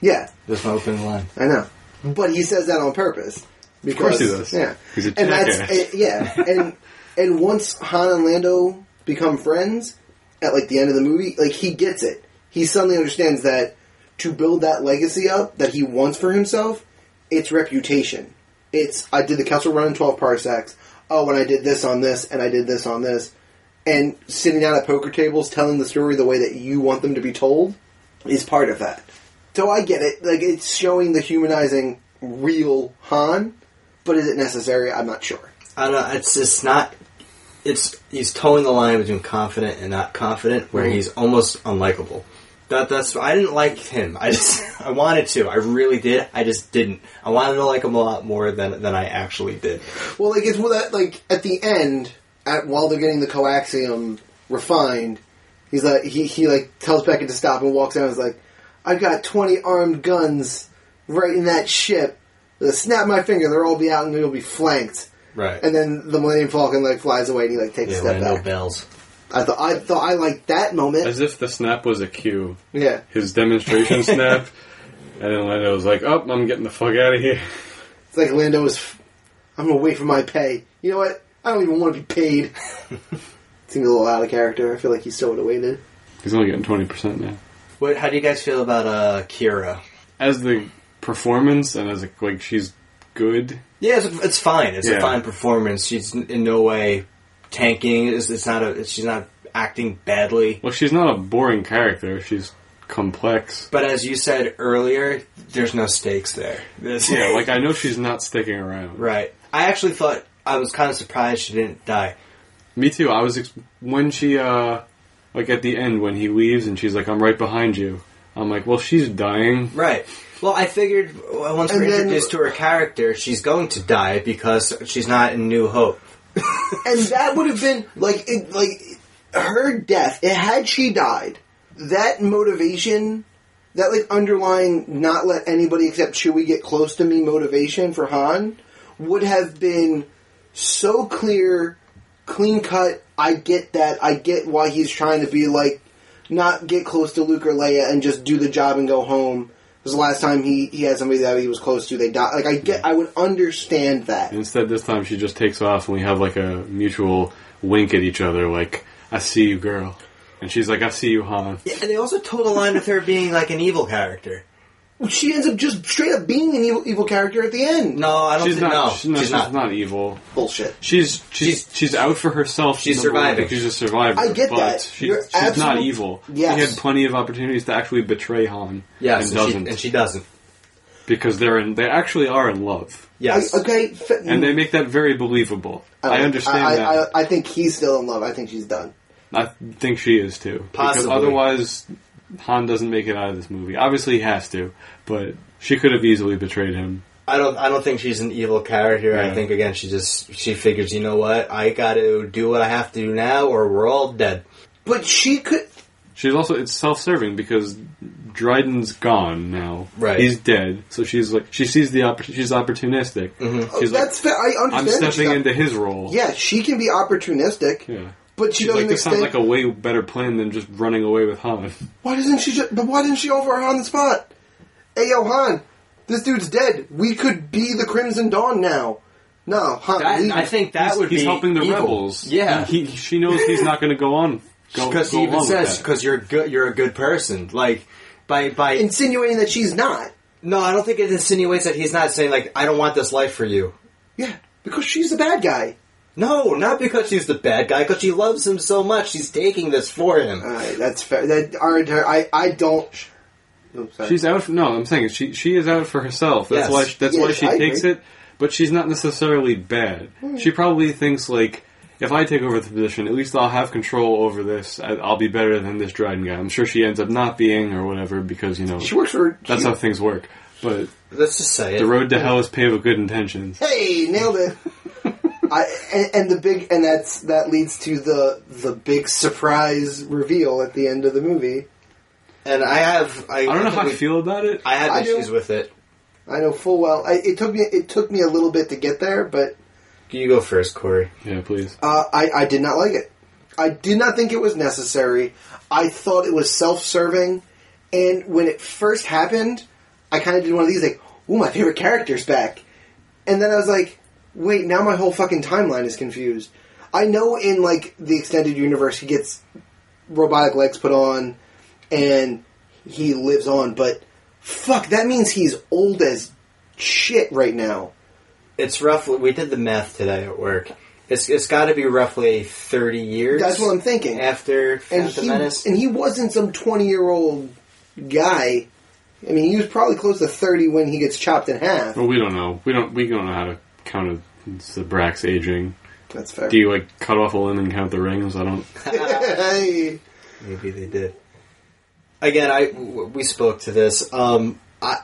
Yeah.
That's my opening line.
I know, but he says that on purpose.
course
Because,
he does.
Yeah,
He's a
and that's
jackass.
and- yeah, and and once Han and Lando become friends at like the end of the movie, like he gets it. He suddenly understands that to build that legacy up that he wants for himself, it's reputation. It's I did the Kessel Run in twelve parsecs. Oh, and I did this on this, and I did this on this, and sitting down at poker tables telling the story the way that you want them to be told is part of that. So I get it. Like it's showing the humanizing real Han, but is it necessary? I'm not sure.
I don't know. It's just not. It's he's towing the line between confident and not confident, where he's almost unlikable. That that's I didn't like him. I just I wanted to. I really did. I just didn't. I wanted to like him a lot more than than I actually did.
Well, like it's well that like at the end, at while they're getting the coaxium refined, he's like he he like tells Beckett to stop and walks out. and is like, I've got twenty Uh, armed guns right in that ship. They'll snap my finger, they'll all be out and you'll be flanked.
Right.
and then the Millennium Falcon like flies away and he like takes
yeah,
a step
Lando
back.
Bells.
I thought I thought I liked that moment.
As if the snap was a cue.
yeah,
His demonstration snap. And then Lando was like, oh, I'm getting the fuck out of here.
it's like Lando is. F- I'm gonna wait for my pay. You know what? I don't even want to be paid. Seems a little out of character. I feel like he still would have waited.
He's only getting 20% now.
What, how do you guys feel about uh, Kira?
As the performance and as a, like she's good.
Yeah, it's, it's fine. It's
Yeah.
a fine performance. She's n- in no way tanking. It's, it's not a. She's not acting badly.
Well, she's not a boring character. She's complex.
But as you said earlier, there's no stakes there. There's-
Yeah, like I know she's not sticking around.
right. I actually thought I was kind of surprised she didn't die.
Me too. I was ex- when she uh like at the end when he leaves and she's like I'm right behind you. I'm like, well, she's dying.
Right. Well, I figured w- once we're
And then-
introduced to her character, she's going to die because she's not in New Hope.
and that would have been like it, like her death. It, had she died, that motivation, that like underlying not let anybody except Chewie get close to me motivation for Han would have been so clear, clean cut. I get that. I get why he's trying to be like not get close to Luke or Leia and just do the job and go home. It was the last time he, he had somebody that he was close to. They died. Like I get, I would understand that.
Instead, this time she just takes off and we have like a mutual wink at each other, like I see you, girl, and she's like I see you, Han.
Yeah, and they also told a line with her being like an evil character.
she ends up just straight up being an evil, evil character at the end.
No, I don't
She's
think.
not.
no,
she's, no, she's not. evil.
Bullshit.
She's she's
She's-
she's out for herself.
She's
number one,
surviving.
because She's a survivor.
I get
but
that.
She,
You're
she's not
absolute-
evil.
Yes.
She had plenty of opportunities to actually betray Han.
Yes,
and
and she,
doesn't
and she doesn't.
because they're in. They actually are in love.
Yes.
I, okay. F-
and they make that very believable. I, understand
Hmm. I,
that.
I, I think he's still in love. I think she's done.
I, think she is too. Because
Possibly.
otherwise, Han doesn't make it out of this movie. Obviously, he has to, but she could have easily betrayed him.
I don't. I don't think she's an evil character.
Yeah.
I think again, she just she figures, you know what? I got to do what I have to do now, or we're all dead.
But she could.
She's also it's self-serving because Dryden's gone now.
Right.
he's dead. So she's like she sees the opportu- she's opportunistic.
Mm-hmm.
She's like,
Oh, that's fair. I understand.
I'm
that she's
stepping
not-
into his role.
Yeah, she can be opportunistic,
yeah.
but she
She's
doesn't
like this sounds like
extend.
a way better plan than just running away with Han.
why doesn't she? Just, but why didn't she offer her on the spot? Hey, yo, Han, this dude's dead. We could be the Crimson Dawn now. No, Han.
That,
leave.
I think that
he's,
would
he's
be
helping the
evil.
rebels.
Yeah,
He- he- she knows he's not going to go on. go-
because
go
he even
along with
says
that.
because you're good. You're a good person. Like by by.
insinuating that she's not.
no, I don't think it insinuates that he's not saying like I don't want this life for you.
Yeah, because she's the bad guy.
No, not because she's the bad guy. Because she loves him so much, she's taking this for him.
All right, that's fair. That our entire. I I don't. Oh, sorry.
She's out. For, no, I'm saying she she is out for herself. That's
Yes.
why she, that's why
Yes,
she
I
takes
agree. Hmm.
it. But she's not necessarily bad. She probably thinks like, if I take over the position, at least I'll have control over this. I, I'll be better than this Dryden guy. I'm sure she ends up not being or whatever because you know
She works for.
that's
she-
how things work. But
Let's just say it.
the road to hell is paved with good intentions.
Hey, nailed it. I, and, and the big and that's that leads to the the big surprise reveal at the end of the movie.
and I have. I,
I don't know how I
we-
feel about it.
I
I
have
do.
issues with it.
I know full well. I, it took me it took me a little bit to get there, but
You go first, Corey.
yeah, please.
uh, I I did not like it. I did not think it was necessary. I thought it was self serving, and when it first happened, I kind of did one of these like, "Ooh, my favorite character's back," and then I was like, "Wait, now my whole fucking timeline is confused." I know in like the extended universe, he gets robotic legs put on and he lives on, but fuck, that means he's old as shit right now.
It's roughly. We did the math today at work. It's it's got to be roughly thirty years.
That's what I'm thinking.
After
and
Phantom
he
Menace.
and he wasn't some twenty year old guy. I mean, he was probably close to thirty when he gets chopped in half.
Well, we don't know. We don't. We don't know how to count a, it's the Brax aging.
That's fair.
Do you like cut off a limb and count the rings? I don't.
Hey.
Maybe they did. Again, I w- we spoke to this. Um, I,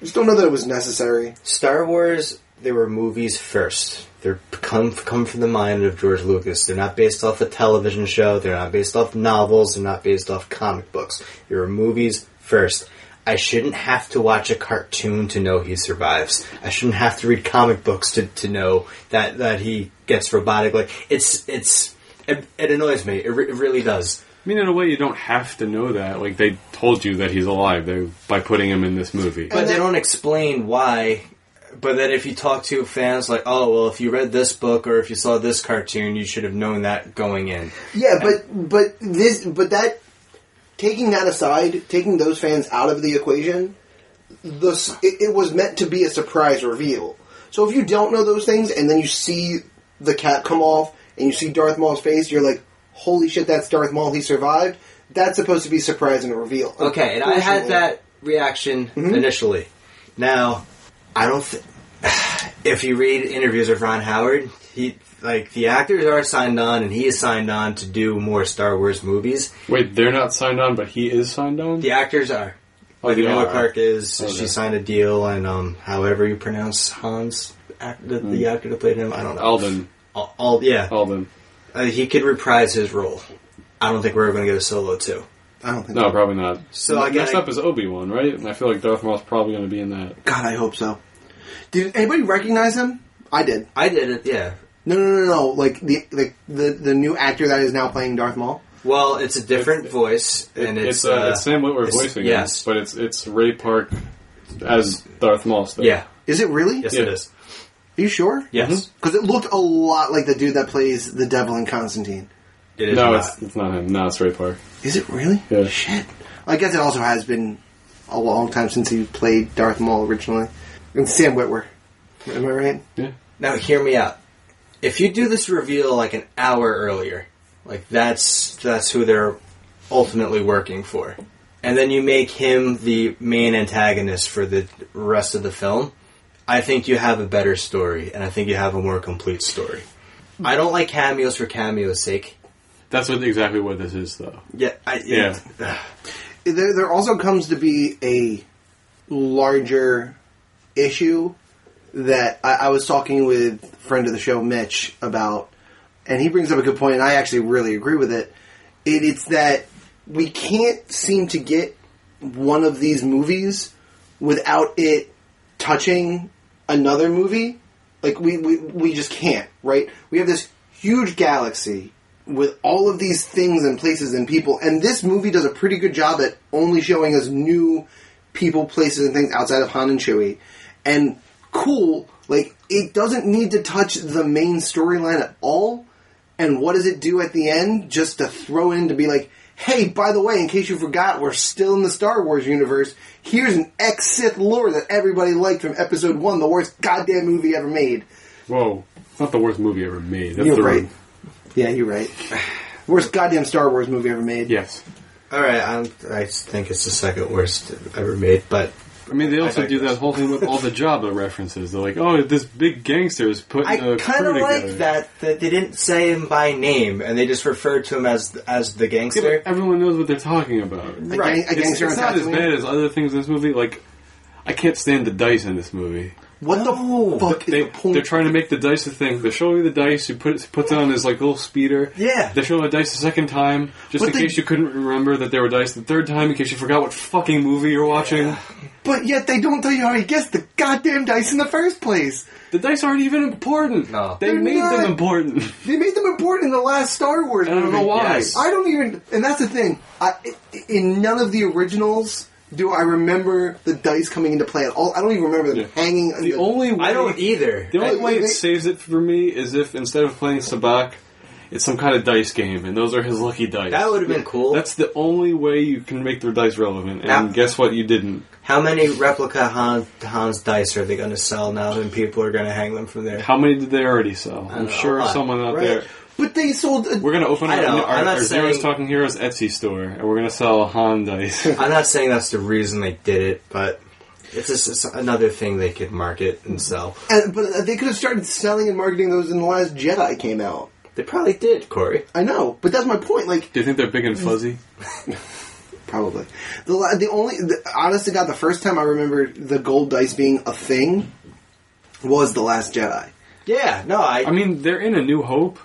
Just don't know that it was necessary.
Star Wars. They were movies first. They're come come from the mind of George Lucas. They're not based off a television show. They're not based off novels. They're not based off comic books. They were movies first. I shouldn't have to watch a cartoon to know he survives. I shouldn't have to read comic books to, to know that, that he gets robotic. Like it's it's it, it annoys me. It, re- it really does.
I mean, in a way, you don't have to know that. Like they told you that he's alive they, by putting him in this movie.
But they
then-
don't explain why. But then if you talk to fans, like, oh well, if you read this book or if you saw this cartoon, you should have known that going in.
Yeah, but but this but that taking that aside, taking those fans out of the equation, the s- it, it was meant to be a surprise reveal. So if you don't know those things and then you see the cap come off and you see Darth Maul's face, you're like, "Holy shit, that's Darth Maul! He survived." That's supposed to be surprise and reveal.
Okay, and I had
Unfortunately-
that reaction initially. Now, I don't. Th- if you read interviews of Ron Howard, he like the actors are signed on, and he is signed on to do more Star Wars movies.
Wait, they're not signed on, but he is signed on.
The actors are.
Oh,
Like
they
Noah
are. Oh,
Clark is.
Okay.
She signed a deal, and um, however you pronounce Hans, act, the, the actor that played him, I don't know.
Hmm. Alden.
Al- Al- yeah,
Alden.
Uh, he could reprise his role. I don't think we're going to get a solo too.
I don't think.
No, probably not.
So I guess
Next up is Obi Wan, right? And I feel like Darth Maul's probably going to be in that.
God, I hope so. Did anybody recognize him? I did.
I did it. Yeah.
No, no, no, no, no. Like the like the the new actor that is now playing Darth Maul.
Well, it's a different voice, and
it's
it's,
uh, it's Sam Witwer
it's-
voicing
yes.
yes. but it's it's Ray Park as Darth Maul. Still.
yeah.
Is it really?
uh, Yes,
Yeah.
it is. Mm-hmm.
Are you sure?
Yes,
Because it looked a lot like the dude that plays the devil in Constantine.
it is.
No,
not.
it's, it's not him. No, it's Ray Park.
Is it really?
Yeah.
Shit. I guess it also has been a long time since he played Darth Maul originally. And Sam Witwer. Am I right?
Yeah.
Now, hear me out. If you do this reveal like an hour earlier, like that's that's who they're ultimately working for, and then you make him the main antagonist for the rest of the film, I think you have a better story, and I think you have a more complete story. I don't like cameos for cameo's sake.
That's what exactly what this is, though.
Yeah, I,
Yeah.
There, there also comes to be a larger issue that I, I was talking with friend of the show Mitch about, and he brings up a good point, and I actually really agree with it. it it's that we can't seem to get one of these movies without it touching another movie. Like we, we we just can't, right? We have this huge galaxy with all of these things and places and people, and this movie does a pretty good job at only showing us new people, places, and things outside of Han and Chewie. And cool, like it doesn't need to touch the main storyline at all. And what does it do at the end? Just to throw in to be like, hey, by the way, in case you forgot, we're still in the Star Wars universe. Here's an ex Sith lore that everybody liked from Episode One, the worst goddamn movie ever made.
Whoa, it's not the worst movie ever made. That's
You're
the
right. Yeah, you're right. worst goddamn Star Wars movie ever made.
Yes.
All right, I'm, I think it's the second worst ever made, but
I mean, they also do
digress.
that whole thing with all the Jabba references. They're like, "Oh, this big gangster is putting
I
a
kind
crew
of
together."
like that that they didn't say him by name and they just referred to him as as the
Yeah,
gangster.
but everyone knows what they're talking about.
A gang-
Right.
a
It's,
gangster
it's
on
not as
Tatooine.
bad as other things in this movie. Like, I can't stand the dice in this movie.
What the
No.
fuck
They,
is the point?
they're trying to make the dice a thing. They're showing you the dice. You put it, puts it on his like little speeder.
Yeah.
They're showing the dice a second time, just
But
in
they-
case you couldn't remember that there were dice. The third time, in case you forgot what fucking movie you're watching.
but yet they don't tell you how he gets the goddamn dice in the first place.
The dice aren't even important.
No.
they
They're
made
not.
them important.
They made them important in the last Star Wars
I don't
movie.
know why.
Yes.
I don't even, and that's the thing. I, in none of the originals do I remember the dice coming into play at all. I don't even remember them
Yeah.
hanging. in
The only way
I don't either.
The only
I-
way
they-
it saves it for me is if instead of playing Sabak, it's some kind of dice game, and those are his lucky dice.
that would have been cool.
That's the only way you can make their dice relevant. And
Now-
guess what? You didn't.
How many replica Han, Hans dice are they going to sell now and people are going to hang them from there?
How many did they already sell?
don't
I'm
know,
sure
a lot,
someone out
right?
there.
But they sold. A,
We're gonna open
I
our,
know,
our,
I'm not
our Zero's
saying-
Talking Heroes Etsy store, and we're gonna sell Han dice.
I'm not saying that's the reason they did it, but it's just it's another thing they could market and sell.
and, but they could have started selling and marketing those in the last Jedi came out.
They probably did, Corey.
I know, but that's my point. Like
Do you think they're big and fuzzy?
probably the la- the only the, honest to God, the first time I remember the gold dice being a thing was the last Jedi.
Yeah, no, I,
I mean, they're in A New Hope,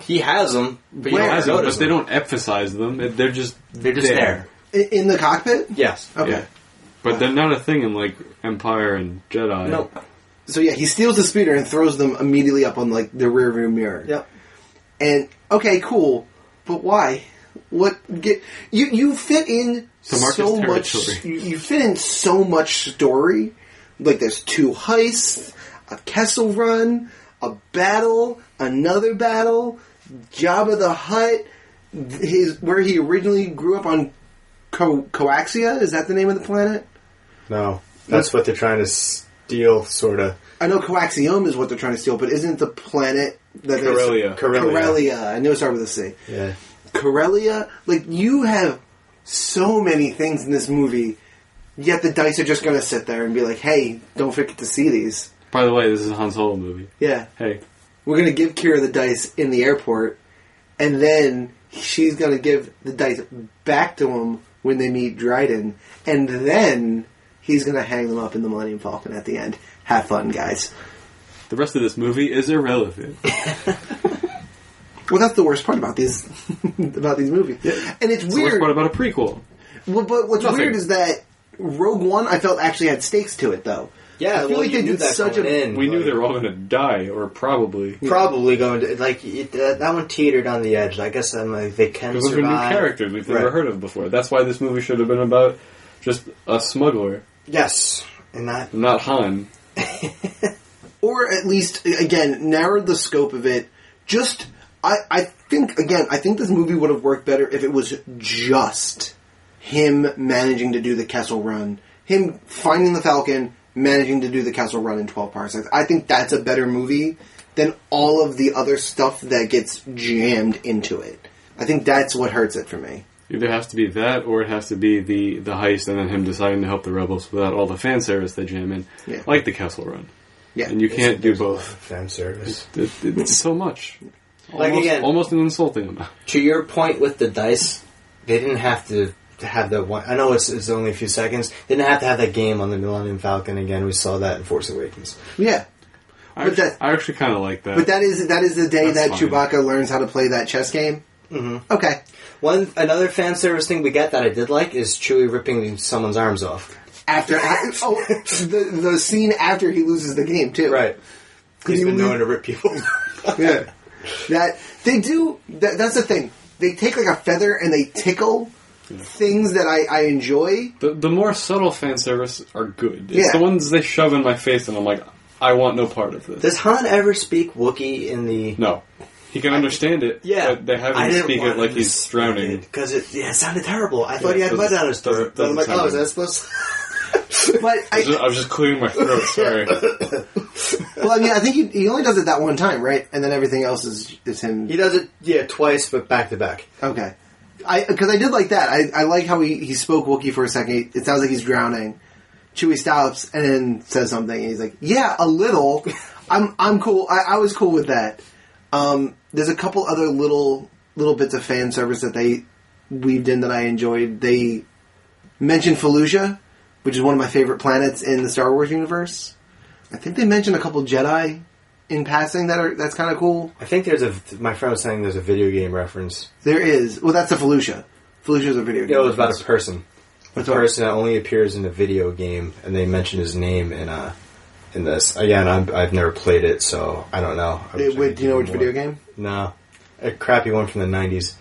he has them, but you
Where?
don't
as
Has
in-
notice
but they
them.
don't emphasize them. They're just
They're just there.
I- In the cockpit?
Yes.
Okay.
Yeah. But they're not a thing in like Empire and Jedi.
Nope.
So yeah, he steals the speeder and throws them immediately up on like the rearview mirror.
Yep.
And okay, cool, but why? What get you? You fit in
To Marcus
so much.
territory.
You, you fit in so much story. Like there's two heists, a Kessel Run, a battle, another battle, Jabba the Hutt, his where he originally grew up on Co- Coaxia. Is that the name of the planet?
No, that's what they're trying to steal, sort of.
I know Coaxium is what they're trying to steal, but isn't the planet that they-
Corellia.
Corellia.
Corellia.
I know it started with a C.
Yeah.
Corellia, like you have so many things in this movie, yet the dice are just going to sit there and be like, "Hey, don't forget to see these."
By the way, this is a Han Solo movie.
Yeah,
Hey,
we're going to give Kira the dice in the airport, and then she's going to give the dice back to him when they meet Dryden, and then he's going to hang them up in the Millennium Falcon at the end. Have fun, guys.
the rest of this movie is irrelevant.
Well, that's the worst part about these about these movies, and it's
The worst
weird.
part about a prequel.
well, but what's
Nothing.
weird is that Rogue One, I felt actually had stakes to it, though. I
Yeah,
feel
well,
like
you
they
knew
did
that
such
going
a-
in.
We knew
like-
they were all going to die, or probably.
probably going to like it, uh, that one teetered on the edge. I guess I'm like they can
Those are new
survive.
characters we've never
Right.
heard of before. That's why this movie should have been about just a smuggler,
Yes, and that
not Han.
or at least again narrowed the scope of it. Just, I, I think again, I think this movie would have worked better if it was just him managing to do the Kessel Run, him finding the Falcon, managing to do the Kessel Run in twelve parsecs. I think that's a better movie than all of the other stuff that gets jammed into it. I think that's what hurts it for me.
Either has to be that, or it has to be the, the heist, and then him deciding to help the rebels without all the fan service they jam in,
Yeah.
like the Kessel Run.
Yeah,
And you can't do both.
fan service.
It, it's so much.
Like
almost,
again-
almost an insulting amount.
To your point with the dice, they didn't have to to have that one. I know it's, it's only a few seconds. They didn't have to have that game on the Millennium Falcon again. We saw that in Force Awakens.
yeah.
I
But
actually,
that-
I actually kind of like that.
But that is that is the day
That's
that
fine.
Chewbacca learns how to play that chess game. Mm-hmm. Okay,
One another fan service thing we got that I did like is Chewie ripping someone's arms off.
after oh the the scene after he loses the game too.
He's
You
been
leave-
known to rip people.
Yeah. That they do. That, that's the thing. They take like a feather and they tickle things that I, I enjoy.
the, the more subtle fan service are good. It's
Yeah.
the ones they shove in my face, and I'm like, I want no part of this.
Does Han ever speak Wookiee in the?
No. He can understand it,
Yeah,
but they have him speak it like he's drowning.
because it yeah it sounded terrible. I thought he
Yeah,
had mud
doesn't-
on his
doesn't-
throat. But I'm like,
doesn't
oh, is
sound
that supposed?
But
I was, just,
I,
I was just clearing my throat, sorry.
well, I mean, I think he, he only does it that one time, right? And then everything else is is him.
he does it yeah twice, but back to back.
Okay. I because I did like that. I, I like how he, he spoke Wookiee for a second. It sounds like he's drowning. Chewie stops and then says something, and he's like, "Yeah, a little. I'm I'm cool. I, I was cool with that." Um, there's a couple other little little bits of fan service that they weaved in that I enjoyed. They mentioned Fallujah, which is one of my favorite planets in the Star Wars universe. I think they mentioned a couple Jedi in passing that are that's kind of cool.
I think there's a my friend was saying there's a video game reference.
There is. Well, that's the Felucia. Felucia's a video game.
It was about a person. A
all.
person that only appears in a video game, and they mention his name in uh in this. Again, I'm, I've never played it, so I don't know. I
It-
wish I
wait,
could
do you know
do
which
more.
video game?
No, a crappy one from the '90s.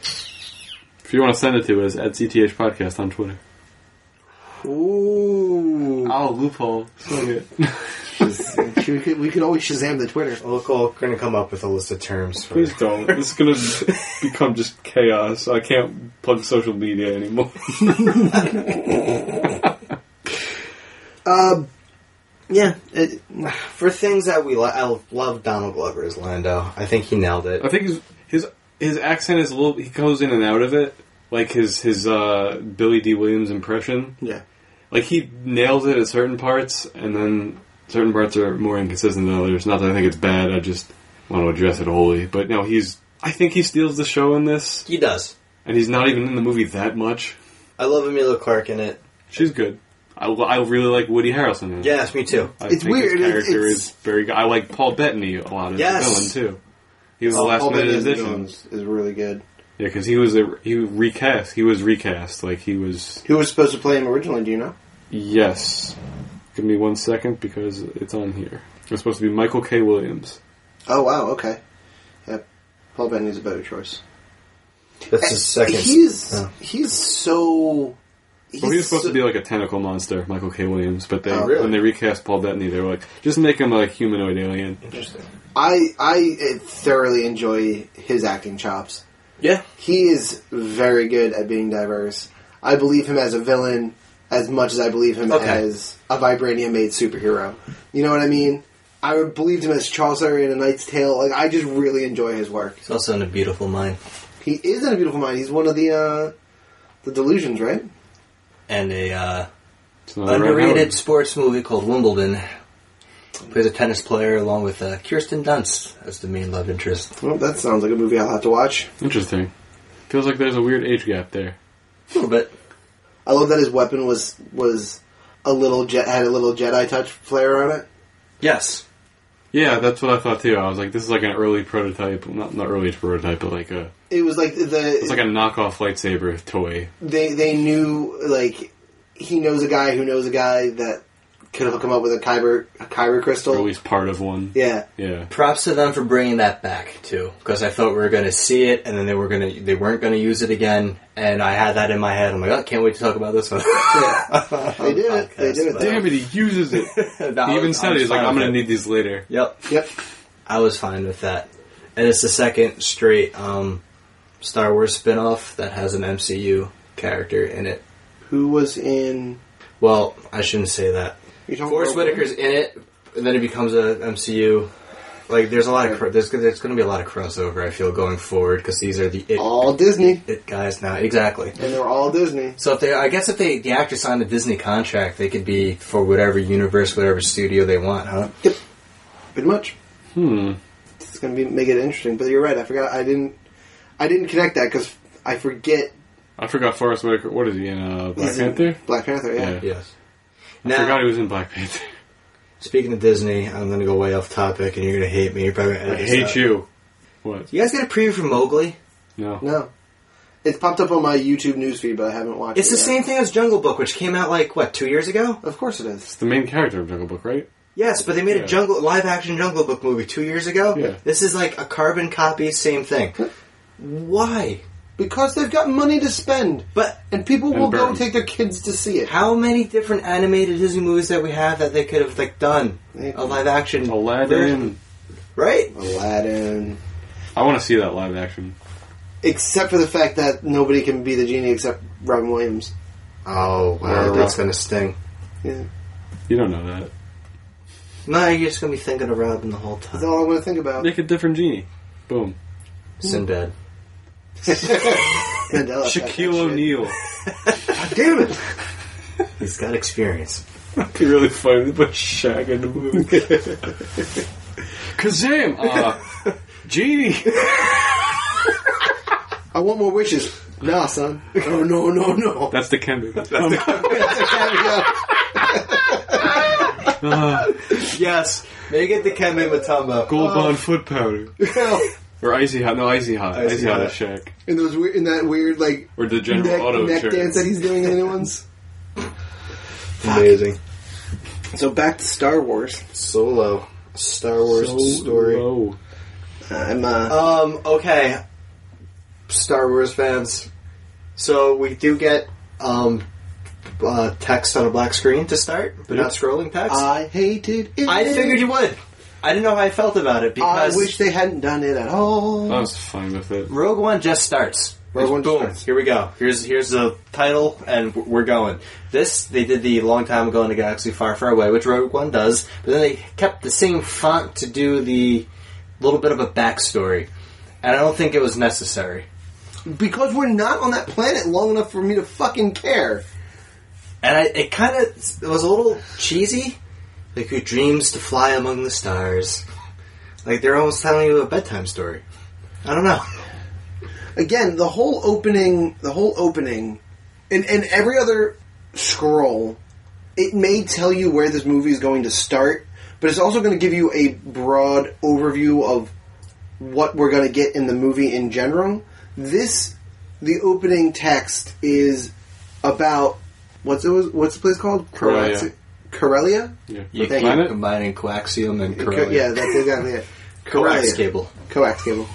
if you want to send it to us, at CTH Podcast on Twitter.
Ooh.
Oh, loophole.
we, could, we could always Shazam the Twitter.
Well, cool. Gonna come up with a list of terms. For
Please don't. This is going to become just chaos. I can't plug social media anymore.
Yeah. It,
For things that we like, I love Donald Glover as Lando. I think he nailed it.
I think his, his his accent is a little. He goes in and out of it, like his his uh, Billy D. Williams impression.
yeah.
Like he nails it at certain parts, and then certain parts are more inconsistent than others. Not that I think it's bad. I just want to address it wholly. But no, he's. I think he steals the show in this,
He does.
and he's not even in the movie that much.
I love Emilia Clarke in it.
She's good. I, I really like Woody Harrelson. In it.
Yes, me too.
I
It's
think
weird,
His
it-
character
it's-
is very. good. I like Paul Bettany a lot as
Yes.
a villain too. He was the last minute addition.
Jones Oh, is really good.
Yeah, because he was a, he recast. He was recast. Like he was.
Who was supposed to play him originally? Do you know?
Yes. Give me one second because it's on here. It's supposed to be Michael K. Williams.
Oh wow, okay. Yep. Paul Bettany's a better choice.
That's his second.
He's
Oh.
he's so.
Well, he was supposed
so-
to be like a tentacle monster, Michael K. Williams, but they
Oh,
really?
when they recast Paul Bettany, they were like, just make him a humanoid alien.
Interesting.
I I uh, thoroughly enjoy his acting chops.
Yeah.
He is very good at being diverse. I believe him as a villain as much as I believe him
Okay.
as a vibranium made superhero. You know what I mean? I would believed him as Chaucer in A Knight's Tale. Like I just really enjoy his work.
He's also in a beautiful mind
He is in a beautiful mind. He's one of the uh, the delusions, right?
and a uh,
It's not
underrated sports movie called Wimbledon. Plays a tennis player along with uh, Kirsten Dunst as the main love interest.
Well, that sounds like a movie I'll have to watch.
Interesting. Feels like there's a weird age gap there.
A little bit.
I love that his weapon was was a little Je- had a little Jedi touch flare on it.
Yes.
Yeah, that's what I thought too. I was like, this is like an early prototype, not not early prototype, but like a
It was like the
it's like a knockoff lightsaber toy.
they they knew like he knows a guy who knows a guy that could hook him up with a kyber a kyber
or at
crystal.
least part of one.
Yeah,
Yeah.
Props to them for bringing that back too, because I thought we were going to see it, and then they were going to they weren't going to use it again, and I had that in my head. I'm like, oh, can't wait to talk about this one.
Yeah. They did it. They did it.
Damn it, he uses it.
No,
he
I
even
was- I
said
was
he's like,
fine
I'm
with
gonna
it.
need these later.
Yep,
yep.
I was fine with that, and it's the second straight um, Star Wars spin-off that has an MCU character in it.
Who was in?
Well, I shouldn't say that.
You talking
Forrest
about-
Whitaker's in it, and then it becomes a MCU. Like, there's a lot of cro- there's there's going to be a lot of crossover. I feel going forward because these are the it,
all Disney,
it guys now. Exactly.
and they're all Disney.
So if they, I guess if they the actor signed a Disney contract, they could be for whatever universe, whatever studio they want, huh?
Pretty much.
Hmm.
It's gonna be make it interesting. But you're right. I forgot. I didn't. I didn't connect that because I forget.
I forgot Forrest Whitaker. What is he in? Uh, Black
he's in
Panther.
Black Panther. Yeah.
Yeah.
Yes.
I forgot
Now,
he was in Black Panther.
speaking of Disney, I'm going to go way off topic, and you're going to hate me. You're probably gonna
I
edit this
hate
out.
you. What?
You guys got a preview for Mowgli?
No.
No. It's popped up on my YouTube newsfeed, but I haven't watched.
It's
it
the
yet.
same thing as Jungle Book, which came out like what two years ago.
Of course it is.
It's the main character of Jungle Book, right?
Yes, but they made
Yeah.
a jungle live action Jungle Book movie two years ago.
Yeah.
This is like a carbon copy, same thing. Why?
Because they've got money to spend,
But
and people
And
will go
burn.
and take their kids to see it.
how many different animated Disney movies that we have that they could have like done
They-
a live action version,
Aladdin.
right?
Aladdin.
I want to see that live action.
Except for the fact that nobody can be the genie except Robin Williams.
Oh
Or, uh,
that's gonna sting.
Yeah,
You don't know that.
No, you're just gonna be thinking of Robin the whole
that's
time.
all I'm going to think about.
Make a different genie. Boom.
Sinbad.
Mandela effect,
Shaquille
that shit.
O'Neal.
Damn it!
He's got experience.
It'd be really funny to put Shag in the movie. Kazam! Uh, genie!
I want more wishes. Nah, son.
Oh,
No, no, no, no.
That's the Um, Kendu.
That's a cameo.
Yes. Make it the Kemi Matumbo.
Gold Bond foot powder.
Well,
Or Icy Hot. No, Icy Hot. Icy,
Icy
Hot,
Hot.
is Shaq.
in those weird, in that weird like
Or the General Auto
neck, neck
shirt.
dance that he's doing in the new ones.
Amazing.
So back to Star Wars.
Solo. Star Wars
So
story.
low.
I'm uh,
Um, okay. Star Wars fans. So we do get um, uh, text on a black screen to start, but not scrolling text.
I hated it.
I figured you would. I didn't know how I felt about it
I
because
wish they hadn't done it at all.
I was fine with it.
Rogue One just starts.
Rogue One
Boom.
starts.
Here we go. Here's here's the title, and w- we're going. This they did the long time ago in a galaxy far, far away, which Rogue One does. But then they kept the same font to do the little bit of a backstory, and I don't think it was necessary.
because we're not on that planet long enough for me to fucking care.
And I, it kind of it was a little cheesy. Like who dreams to fly among the stars. Like they're almost telling you a bedtime story. I don't know.
Again, the whole opening, the whole opening, and, and every other scroll, it may tell you where this movie is going to start, but it's also going to give you a broad overview of what we're going to get in the movie in general. This, the opening text is about What's it was? What's the place called?
Corelia.
Corelia.
Yeah.
You
Thank
keep
you.
combining coaxium and
Co-
Corelia.
yeah, that's exactly it.
coax
Corelia.
cable.
coax cable.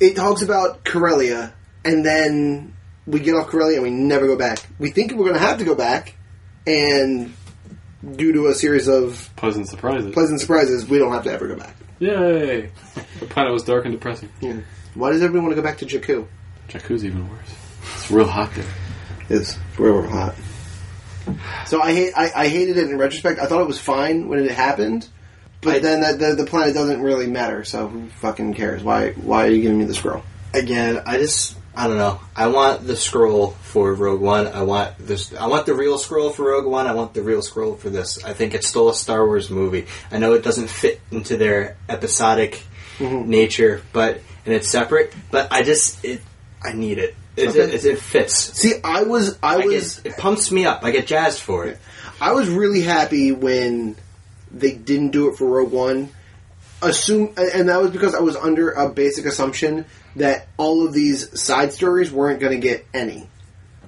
it talks about Corelia, and then we get off Corelia and we never go back. We think we're going to have to go back, and due to a series of
Pleasant surprises.
pleasant surprises, we don't have to ever go back.
Yay! The planet was dark and depressing.
Yeah. Why does everyone want to go back to Jakku?
Jakku's even worse. It's real hot there.
Is where we're hot. So I hate I, I hated it in retrospect. I thought it was fine when it happened, but
I-
then the, the the planet doesn't really matter. So who fucking cares? Why why are you giving me the scroll?
Again, I just I don't know. I want the scroll for Rogue One. I want this. I want the real scroll for Rogue One. I want the real scroll for this. I think it's still a Star Wars movie. I know it doesn't fit into their episodic
Mm-hmm.
nature, but and it's separate. But I just it. I need it. It,
Okay.
it, it fits.
See, I was I,
I
was
get, it pumps me up. I get jazzed for it.
I was really happy when they didn't do it for Rogue One. Assume, and that was because I was under a basic assumption that all of these side stories weren't going to get any.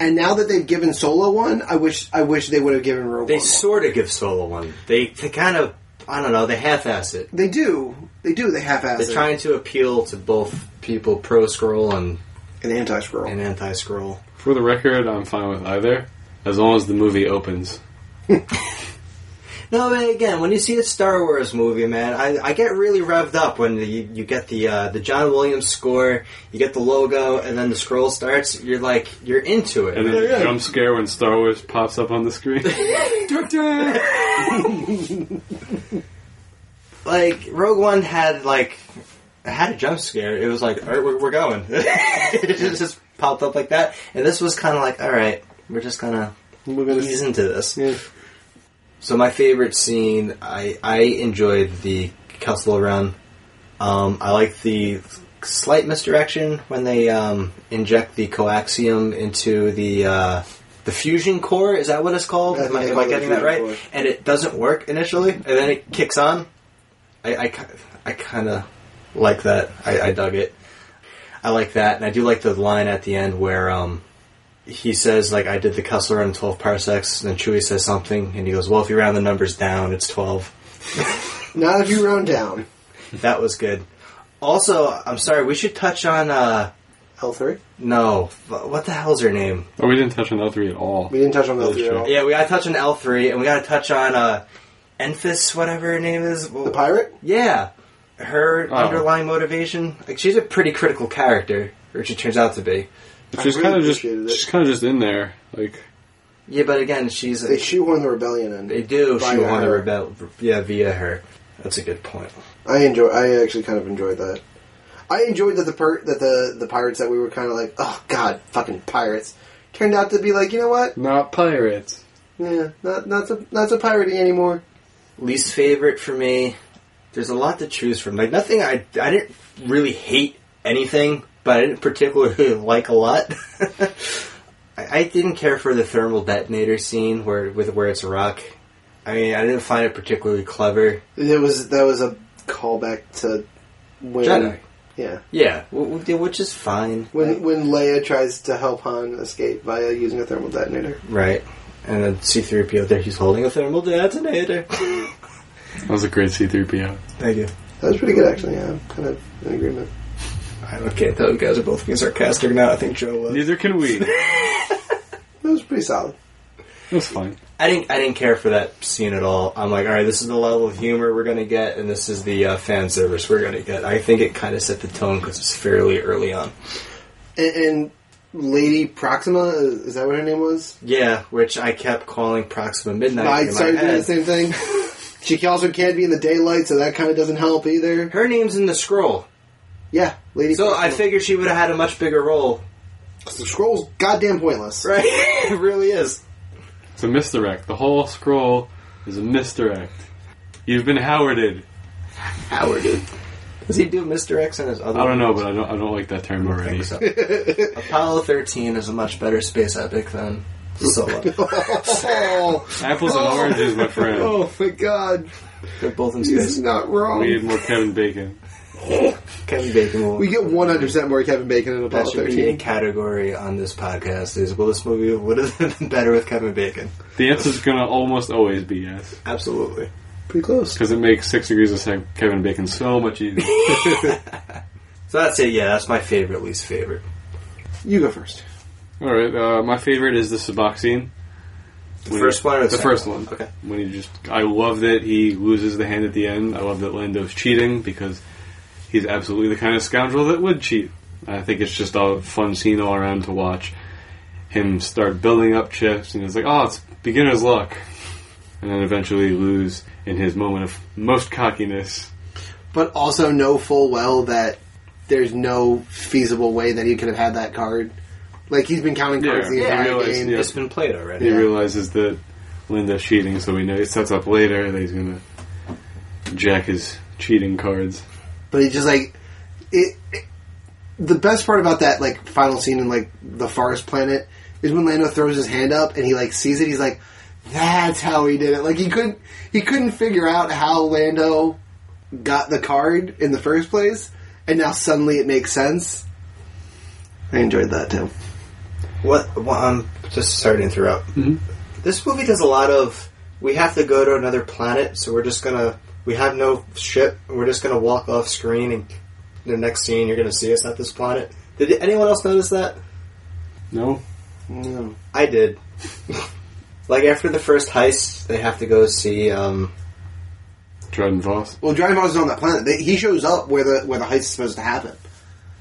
And now that they've given Solo one, I wish I wish they would have given Rogue
They
One. one.
sort of give Solo one. They, they kind of I don't know. They half-ass it.
They do, they do. They half-ass
They're
it.
trying to appeal to both people pro scroll and,
an anti-scroll.
and anti scroll.
For the record, I'm fine with either, as long as the movie opens.
No, but again, when you see a Star Wars movie, man, I, I get really revved up when you, you get the uh, the John Williams score, you get the logo, and then the scroll starts. You're like, you're into it.
And then the jump scare when Star Wars pops up on the screen.
like Rogue One had like had a jump scare. It was like, all right, we're, we're going. it just popped up like that, and this was kind of like, all right, we're just gonna
We're gonna-
ease into this.
Yeah.
So my favorite scene, I I enjoyed the castle run. Um, I like the slight misdirection when they um, inject the coaxium into the uh, the fusion core. Is that what it's called?
That's
Am I,
what they
am I
call it,
getting that
fusion
right?
core.
And it doesn't work initially, and then it kicks on. I I, ki- I kind of like that. I, I dug it. I like that, and I do like the line at the end where um, he says like I did the Kessler run in twelve parsecs, and then Chewie says something, and he goes, "Well, if you round the numbers down, it's 12.
Not if you round down
That was good. Also, I'm sorry, we should touch on uh
L three.
no, what the hell's her name?
oh, we didn't touch on L3 at all.
We didn't touch on L three at
sure.
all.
Yeah, we gotta touch on L three, and we gotta touch on uh, Enfys, whatever her name is.
The pirate.
Yeah, her
Oh.
underlying motivation. Like she's a pretty critical character, or she turns out to be.
But she's
I really
kind of just
appreciated it.
she's kind of just in there. Like
Yeah, but again, she's
They
a,
shoehorn the rebellion in.
they do.
By
She want to
her.
rebel. Yeah, via her. That's a good point.
I enjoy. I actually kind of enjoyed that. I enjoyed that the per- that the the pirates that we were kind of like, oh god, fucking pirates, turned out to be like, you know what?
not pirates.
Yeah, not not so not so piratey anymore.
least favorite for me. There's a lot to choose from. Like nothing, I I didn't really hate anything, but I didn't particularly like a lot. I, I didn't care for the thermal detonator scene where with where it's a rock. I mean, I didn't find it particularly clever.
It was that was a callback to when
Jedi.
yeah
Yeah, wh- wh- which is fine.
when when Leia tries to help Han escape via using a thermal detonator.
right. And then C-3PO there, he's holding a thermal detonator.
That was a great C3PO.
Thank you.
That was pretty good actually. Yeah, I'm kind of in agreement.
I don't care. Those guys are both being sarcastic now. I think Joe was.
Neither can we. It
That was pretty solid.
was fine.
I didn't. I didn't care for that scene at all. I'm like, all right, this is the level of humor we're gonna get, and this is the uh, fan service we're gonna get. I think it kind of set the tone because it's fairly early on.
And, and Lady Proxima is, is that what her name was?
Yeah, which I kept calling Proxima Midnight.
I
in my
started doing the
head.
same thing. She also can't be in the daylight, so that kind of doesn't help either.
Her name's in the scroll,
Yeah, lady.
so I
Proxima.
figured she would have had a much bigger role.
the scroll's goddamn pointless.
Right? it really is.
It's a misdirect. The whole scroll is a misdirect. You've been Howarded.
Howard, dude. Does he do Mr. X in his other?
I don't know, but I don't. I don't like that term
I
already.
think so. Apollo 13 is a much better space epic than Solo.
Oh,
Apples and oranges, my friend.
oh my god,
They're both in
he's
space.
not wrong.
We need more Kevin Bacon.
Kevin Bacon will.
We get 100% more Kevin Bacon in
that
Apollo
should be a
13.
category on this podcast. Is well, this movie would have been better with Kevin Bacon.
The answer's going to almost always be yes.
Absolutely.
Pretty close.
Because it makes Six Degrees of Se- Kevin Bacon so much easier.
So that's it. Yeah, that's my favorite, least favorite.
You go first.
Alright, uh, my favorite is the Suboxone.
The first one or the
The
second
first
one?
one.
Okay.
When he just, I love that he loses the hand at the end. I love that Lando's cheating because he's absolutely the kind of scoundrel that would cheat. I think it's just a fun scene all around to watch him start building up chips, and it's like, oh, it's beginner's luck. And then eventually lose in his moment of most cockiness.
But also know full well that there's no feasible way that he could have had that card. Like, he's been counting cards
Yeah,
the
yeah, I
entire
realize,
game.
yeah.
It's been played already.
He realizes that Linda's cheating, so we know he sets up later that he's gonna jack his cheating cards.
But he just, like, it, it- The best part about that, like, final scene in, like, The Forest Planet is when Lando throws his hand up and he, like, sees it. He's like, that's how he did it. Like, he couldn't, he couldn't figure out how Lando got the card in the first place. And now suddenly it makes sense. I enjoyed that, too.
What? Well, I'm just sorry to interrupt.
Mhm.
This movie does a lot of. We have to go to another planet, so we're just gonna. We have no ship. We're just gonna walk off screen, and the next scene you're gonna see us at this planet. Did anyone else notice that?
No,
No.
I did. like after the first heist, they have to go see. Um,
Dryden Voss.
Well, Dragon Ball is on that planet. They, he shows up where the where the heist is supposed to happen,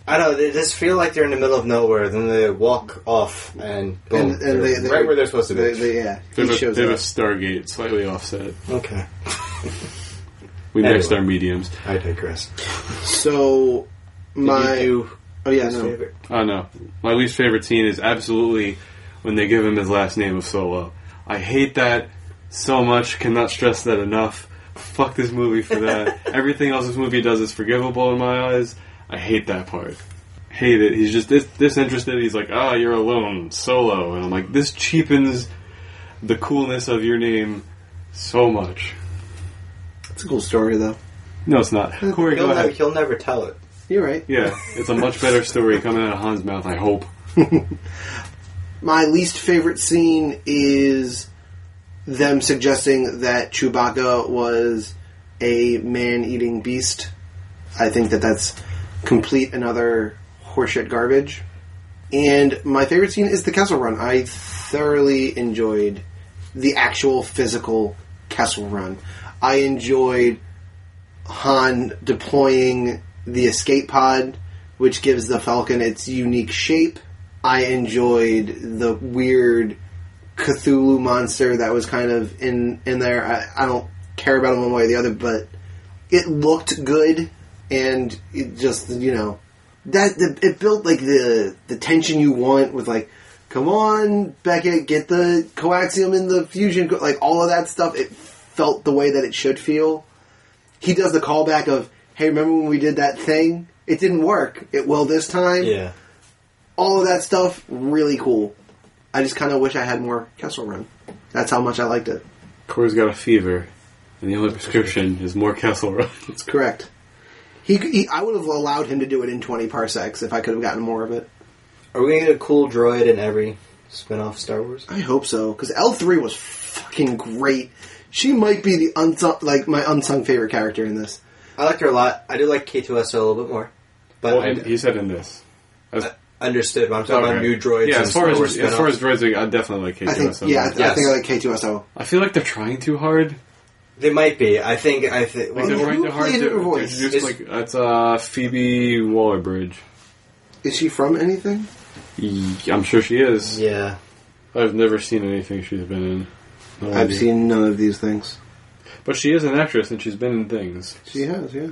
I don't know. They just feel like they're in the middle of nowhere. Then they walk off and boom,
and, and they,
they're
they,
right where they're supposed to be.
They, they, yeah,
They
he
have, a,
shows
they have a
up.
Stargate, slightly offset.
okay,
We
Anyway.
mixed our mediums.
I digress.
So my
Did you do
oh yeah,
his
no.
favorite?
Oh no, my least favorite scene is absolutely when they give him his last name of Solo. I hate that so much. Cannot stress that enough. Fuck this movie for that. Everything else this movie does is forgivable in my eyes. I hate that part. Hate it. He's just dis- disinterested. He's like, ah, you're alone, solo, and I'm like, this cheapens the coolness of your name so much.
It's a cool story though.
No, it's not. Corey,
He'll,
go
never,
ahead.
he'll never tell it.
You're right.
Yeah, it's a much better story coming out of Han's mouth. I hope.
My least favorite scene is them suggesting that Chewbacca was a man-eating beast. I think that that's complete another horseshit garbage. And my favorite scene is the Kessel Run. I thoroughly enjoyed the actual physical Kessel Run. I enjoyed Han deploying the escape pod, which gives the Falcon its unique shape. I enjoyed the weird Cthulhu monster that was kind of in in there. I, I don't care about him one way or the other, but it looked good, and it just you know that the, it built like the the tension you want with like, come on, Beckett, get the coaxium and the fusion, co- like all of that stuff. It felt the way that it should feel. He does the callback of, hey, remember when we did that thing? It didn't work. It will this time
Yeah.
all of that stuff really cool. I just kind of wish I had more Kessel Run. That's how much I liked it.
Corey's got a fever, and the only prescription is more Kessel Run.
It's correct. He, he I would have allowed him to do it in 20 parsecs if I could have gotten more of it.
Are we gonna get a cool droid in every spin-off Star Wars?
I hope so because L3 was fucking great. She might be the unsung like my unsung favorite character in this.
I liked her a lot. I do like K2SO a little bit more, but
Well,
I
and he said in this. As,
understood. But I'm talking about
Okay.
new droids.
Yeah,
and
as far
Star Wars
as, as far as
spin-offs.
droids, go, I definitely like
I think
K2SO.
yeah, I, th- I
Yes.
think I like K2SO.
I feel like they're trying too hard.
they might be. I think. I think.
Like
well,
they're
who
trying too hard
played
to,
her
to
voice?
introduce,
It's-
like that's uh, Phoebe Waller-Bridge.
Is she from anything?
Ye- I'm sure she is.
yeah.
I've never seen anything she's been in. No
I've
idea.
seen none of these things.
but she is an actress, and she's been in things.
She has, yeah.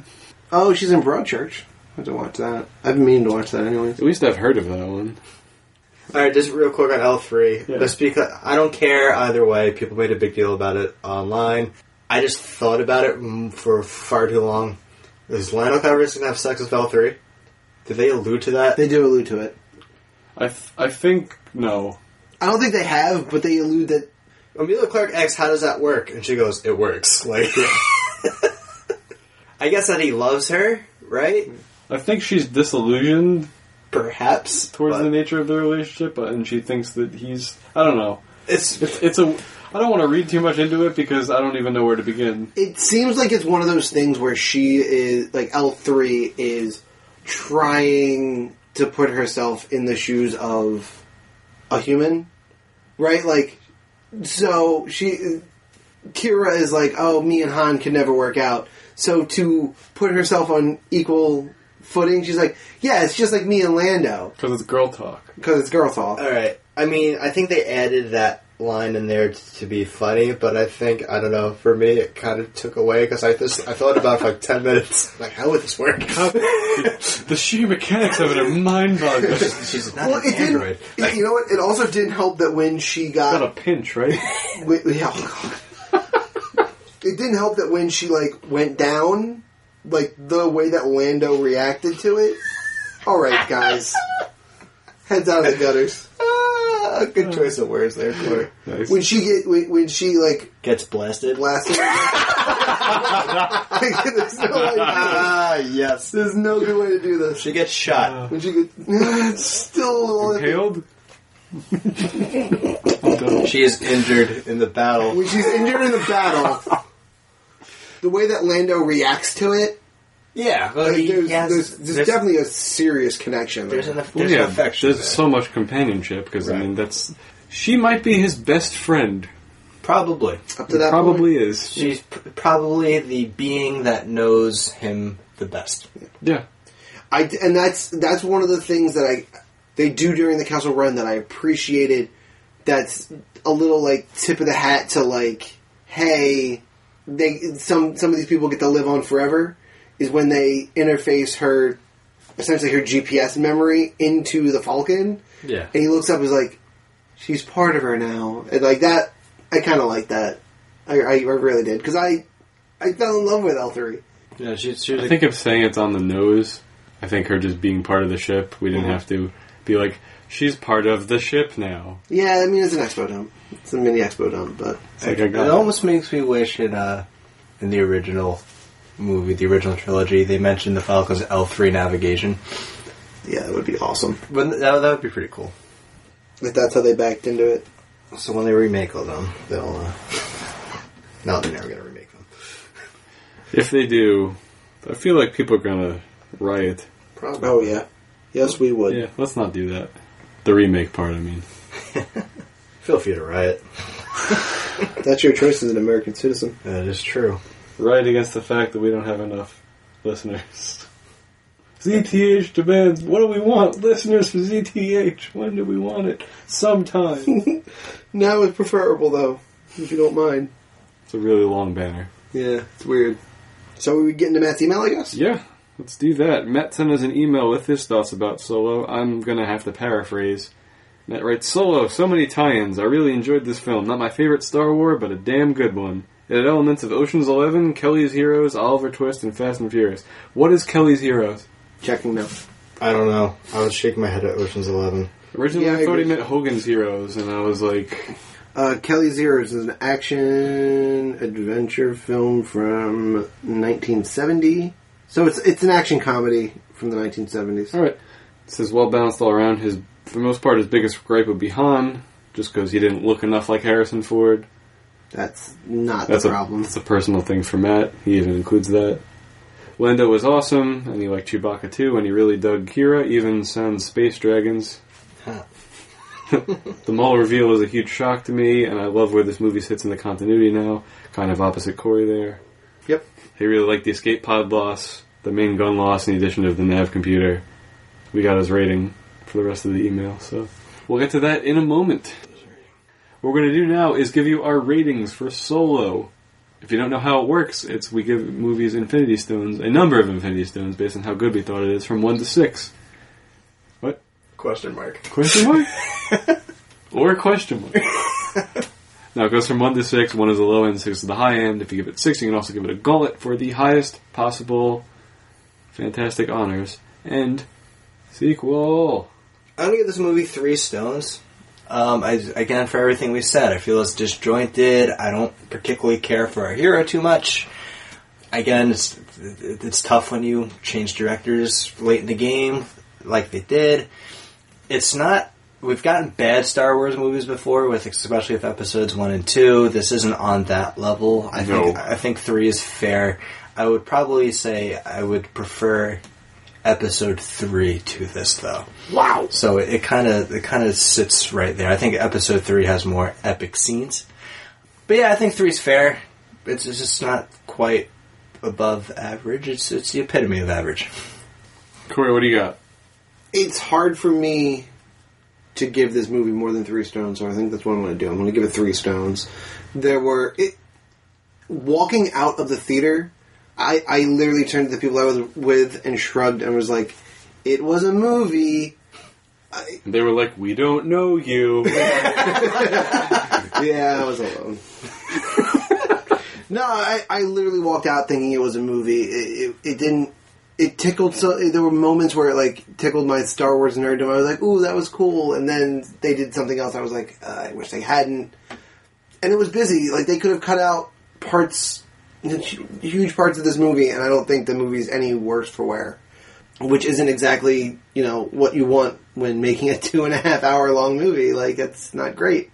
Oh, she's in Broadchurch. I have to watch that. I've been meaning to watch that anyways.
At least I've heard of that one.
All right, just real quick on L three.
Yeah.
Just because I don't care either way. People made a big deal about it online. I just thought about it mm, for far too long. Is Lionel Calrissian gonna have sex with L three? Did they allude to that?
They do allude to it.
I th- I think no.
I don't think they have, but they allude that.
Amelia Clark asks, "How does that work?" And she goes, "It works." Like, I guess that he loves her, right?
I think she's disillusioned
Perhaps
towards
but
the nature of their relationship, but- and she thinks that he's. I don't know.
It's
It's, it's a. I don't want to read too much into it because I don't even know where to begin.
It seems like it's one of those things where she is like L three is trying to put herself in the shoes of a human, right? Like, so she Kira is like, oh, me and Han can never work out. So to put herself on equal footing, she's like, yeah, it's just like me and Lando
Because it's girl talk.
because it's girl talk.
all right. I mean, I think they added that line in there t- to be funny, but I think I don't know. For me, it kind of took away because I just I thought about it for like ten minutes. Like, how would this work?
the, the sheer mechanics of it are mind boggling.
She's not
Well,
an
it didn't.
android.
it- you know what? It also didn't help that when she got
Got a pinch, right?
Wait, yeah. oh, God. it didn't help that when she like went down, like the way that Lando reacted to it. All right, guys, heads out of the gutters.
Ah, good choice of words there, Corey.
Nice.
When she get when, when she like
Gets blasted.
blasted. there's, no way,
Ah, yes.
there's no good way to do this.
She gets shot.
When she get, it's still
Impaled?
She is injured in the battle.
when she's injured in the battle. The way that Lando reacts to it,
Yeah,
like, there's,
yes.
there's, there's, definitely a serious connection. There.
there's an,
Well,
there's
yeah,
an affection.
there's
there.
so much companionship because I
Right.
mean that's she might be his best friend.
probably
Up to that point.
Probably is.
she's pr- probably the being that knows him the best.
Yeah,
I and that's that's one of the things that I they do during the Castle Run that I appreciated. That's a little like tip of the hat to like, hey, they some some of these people get to live on forever. Is when they interface her, essentially her GPS memory into the Falcon,
Yeah,
and he looks up and is like, she's part of her now, and like that. I kind of like that. I, I, I really did because I I fell in love with L three.
yeah. She, she
I think if saying it's on the nose, I think her just being part of the ship, we didn't
Mhm.
have to be like she's part of the ship now.
Yeah, I mean it's an expo dump. It's a mini expo dump, but
It's like I
it
got
almost makes me wish in uh, in the original movie, the original trilogy, they mentioned the Falcon's L three navigation.
yeah, that would be awesome
But that, that would be pretty cool.
if that's how they backed into it.
So when they remake all them, they'll. Uh, no, they're never gonna remake them.
if they do, I feel like people are gonna riot.
Probably.
Oh yeah, yes we would.
Yeah, let's not do that. The remake part, I mean.
Feel free to riot.
That's your choice as an American citizen.
That is true.
Right against the fact that we don't have enough listeners. ZTH demands, what do we want? Listeners for ZTH. When do we want it? Sometime. it's
Now it's preferable though, if you don't mind.
a really long banner.
Yeah, it's weird. So we would get into Matt's email, I guess.
Yeah, let's do that. Matt sent us an email with his thoughts about Solo. I'm going to have to paraphrase. Matt writes Solo, so many tie ins. I really enjoyed this film. Not my favorite Star Wars, but a damn good one. It had elements of Ocean's Eleven, Kelly's Heroes, Oliver Twist, and Fast and Furious. What is Kelly's Heroes?
Checking now.
I don't know. I was shaking my head at Ocean's Eleven.
Originally,
Yeah, I
I thought he
agree.
meant Hogan's Heroes, and I was like,
Uh, Kelly Zeros is an action adventure film from 1970. So it's it's an action comedy from the 1970s.
All right. This is well balanced all around. His, for the most part, his biggest gripe would be Han, just because he didn't look enough like Harrison Ford.
That's not
That's
the
a
problem.
That's a personal thing for Matt. He even includes that. Lando was awesome, and he liked Chewbacca too, and he really dug Kira. Even sans space dragons.
Huh.
the Maul reveal was a huge shock to me, and I love where this movie sits in the continuity now. Kind of opposite Corey there.
Yep.
He really liked the escape pod loss, the main gun loss, and the addition of the nav computer. We got his rating for the rest of the email, so we'll get to that in a moment. What we're going to do now is give you our ratings for Solo. If you don't know how it works, it's we give movies Infinity Stones, a number of Infinity Stones, based on how good we thought it is, from 1 to 6. What?
Question mark.
Question mark? or question mark? now it goes from 1 to 6. 1 is the low end, 6 is the high end. If you give it 6, you can also give it a gullet for the highest possible fantastic honors. And sequel.
I'm gonna give this movie three stones. Um, I, again, for everything we said, I feel it's disjointed. I don't particularly care for our hero too much. again, it's it's tough when you change directors late in the game, like they did. It's not. We've gotten bad Star Wars movies before, with especially with episodes one and two. This isn't on that level. I think
No.
I think three is fair. I would probably say I would prefer episode three to this though.
Wow.
So it kind of it kind of sits right there. I think episode three has more epic scenes, but yeah, I think three's fair. It's, it's just not quite above average. It's it's the epitome of average.
Corey, what do you got?
It's hard for me to give this movie more than three stones, so I think that's what I'm going to do. I'm going to give it three stones. There were it walking out of the theater. I I literally turned to the people I was with and shrugged and was like, "It was a movie."
They were like, "We don't know you."
yeah, I was alone. no, I, I literally walked out thinking it was a movie. It, it, it didn't. It tickled so. There were moments where it like tickled my Star Wars nerddom. I was like, "Ooh, that was cool," and then they did something else. I was like, uh, "I wish they hadn't." And it was busy. Like they could have cut out parts, huge parts of this movie, and I don't think the movie's any worse for wear. Which isn't exactly you know what you want when making a two and a half hour long movie. Like that's not great.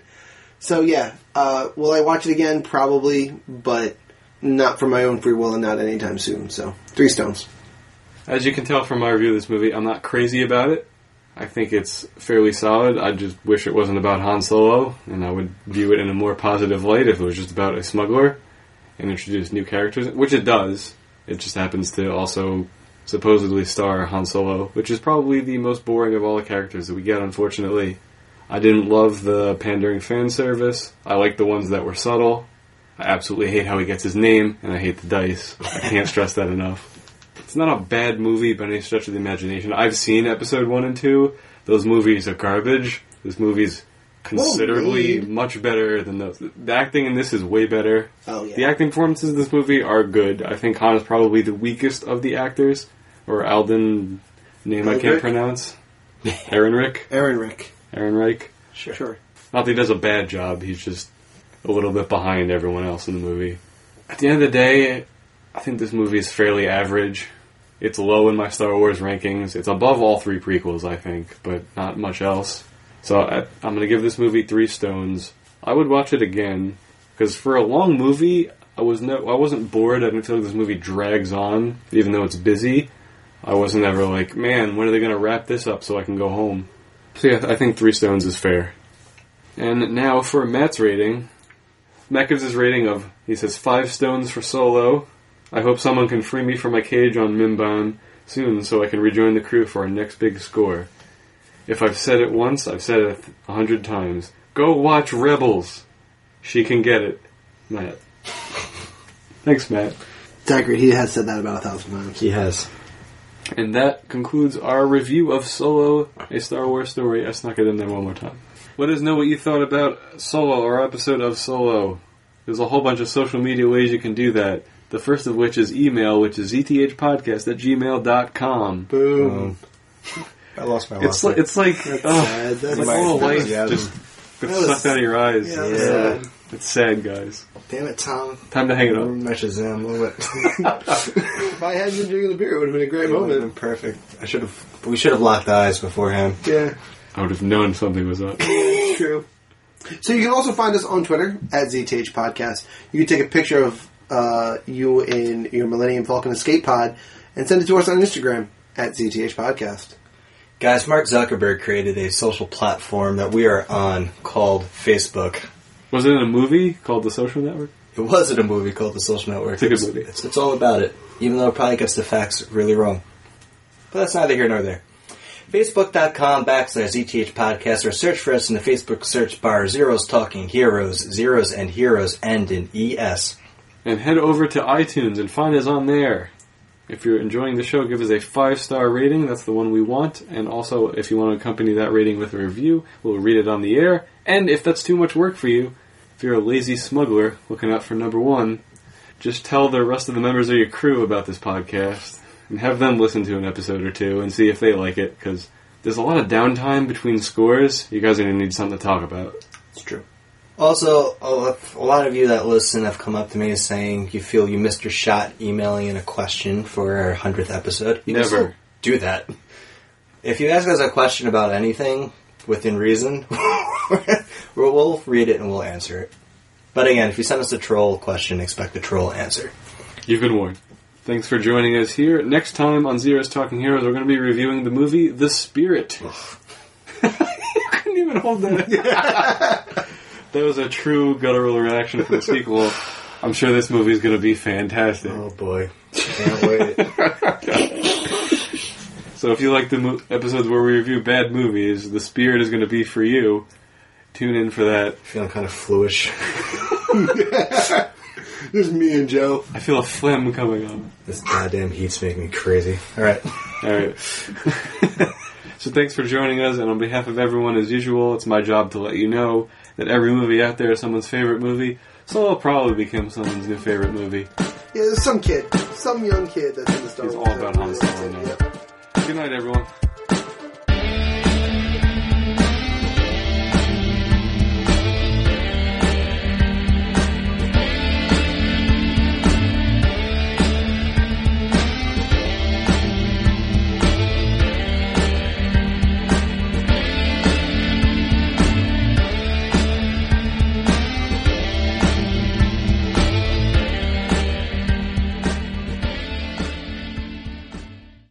So yeah, uh, will I watch it again? Probably, but not for my own free will and not anytime soon. So three stones.
As you can tell from my review of this movie, I'm not crazy about it. I think it's fairly solid. I just wish it wasn't about Han Solo, and I would view it in a more positive light if it was just about a smuggler and introduce new characters, which it does. It just happens to also supposedly star Han Solo, which is probably the most boring of all the characters that we get, unfortunately. I didn't love the pandering fan service. I like the ones that were subtle. I absolutely hate how he gets his name, and I hate the dice. I can't stress that enough it's not a bad movie by any stretch of the imagination. I've seen episode one and two. Those movies are garbage. This movie's considerably
Well made.
much better than those. The acting in this is way better.
Oh, yeah.
The acting performances in this movie are good. I think Han is probably the weakest of the actors, or Alden, name I can't
Aldrich?
pronounce. Aaron Rick,
Aaron Rick.
Aaron Reich.
Sure.
Not that he does a bad job, he's just a little bit behind everyone else in the movie. At the end of the day, I think this movie is fairly average. It's low in my Star Wars rankings. It's above all three prequels, I think, but not much else. So I, I'm going to give this movie three stones. I would watch it again because for a long movie, I was no, I wasn't bored. I didn't feel like this movie drags on, even though it's busy. I wasn't ever like, man, when are they going to wrap this up so I can go home? So yeah, I think three stones is fair. And now for Matt's rating. Matt gives his rating of, he says, five stones for solo. I hope someone can free me from my cage on Mimban soon so I can rejoin the crew for our next big score. If I've said it once, I've said it a hundred times. Go watch Rebels! She can get it. Matt. Thanks, Matt.
Dagger. He has said that about a thousand times.
He has.
And that concludes our review of Solo, a Star Wars story. I snuck it in there one more time. Let us know what you thought about Solo, our episode of Solo. There's a whole bunch of social media ways you can do that. The first of which is email, which is zthpodcast at gmail.com.
Boom.
I lost my.
It's like, it's like,
That's
oh,
sad. That's
like
my
all life
enthusiasm.
just gets
That was-
sucked out of your eyes.
yeah, that
was
It's sad. It's sad, guys.
damn it, Tom.
Time to hang it up.
Meshes in a little bit.
if I had been drinking the beer, it would have been a great
Would've been
moment.
perfect. I should have. We should have locked eyes beforehand.
Yeah,
I would have known something was up.
it's true. So you can also find us on Twitter at ZTH Podcast. You can take a picture of uh, you in your Millennium Falcon escape pod and send it to us on Instagram at ZTH Podcast.
Guys, Mark Zuckerberg created a social platform that we are on called Facebook.
Was it in a movie called The Social Network?
It was in a movie called The Social Network.
It's a good movie.
It's, it's all about it, even though it probably gets the facts really wrong. But that's neither here nor there. Facebook.com backslash ETH podcast or search for us in the Facebook search bar Zeros Talking Heroes, Zeros and E Heroes end in ES.
and head over to iTunes and find us on there. If you're enjoying the show, give us a five star rating. That's the one we want. And also, if you want to accompany that rating with a review, we'll read it on the air. And if that's too much work for you, if you're a lazy smuggler looking out for number one, just tell the rest of the members of your crew about this podcast and have them listen to an episode or two and see if they like it. Because there's a lot of downtime between scores. You guys are gonna need something to talk about.
It's true. Also, a lo- a lot of you that listen have come up to me saying you feel you missed your shot emailing in a question for our 100th episode. You can
Never.
still do that. If you ask us a question about anything within reason, we'll, we'll read it and we'll answer it. But again, if you send us a troll question, expect a troll answer.
You've been warned. Thanks for joining us here. Next time on Zero's Talking Heroes, we're going to be reviewing the movie The Spirit. you couldn't even hold that. that was a true guttural reaction for the sequel. I'm sure this movie is going to be fantastic.
Oh boy. Can't wait.
So if you like the mo- episodes where we review bad movies, The Spirit is going to be for you. Tune in for that.
Feeling kind of fluish.
There's me and Joe.
I feel a phlegm coming on.
This goddamn heat's making me crazy. Alright.
All right. so thanks for joining us, and on behalf of everyone, as usual, it's my job to let you know that every movie out there is someone's favorite movie, so it'll probably become someone's new favorite movie.
Yeah, there's some kid, some young kid that's in the Star
He's
Wars.
all about Han Solo now. Good night, everyone.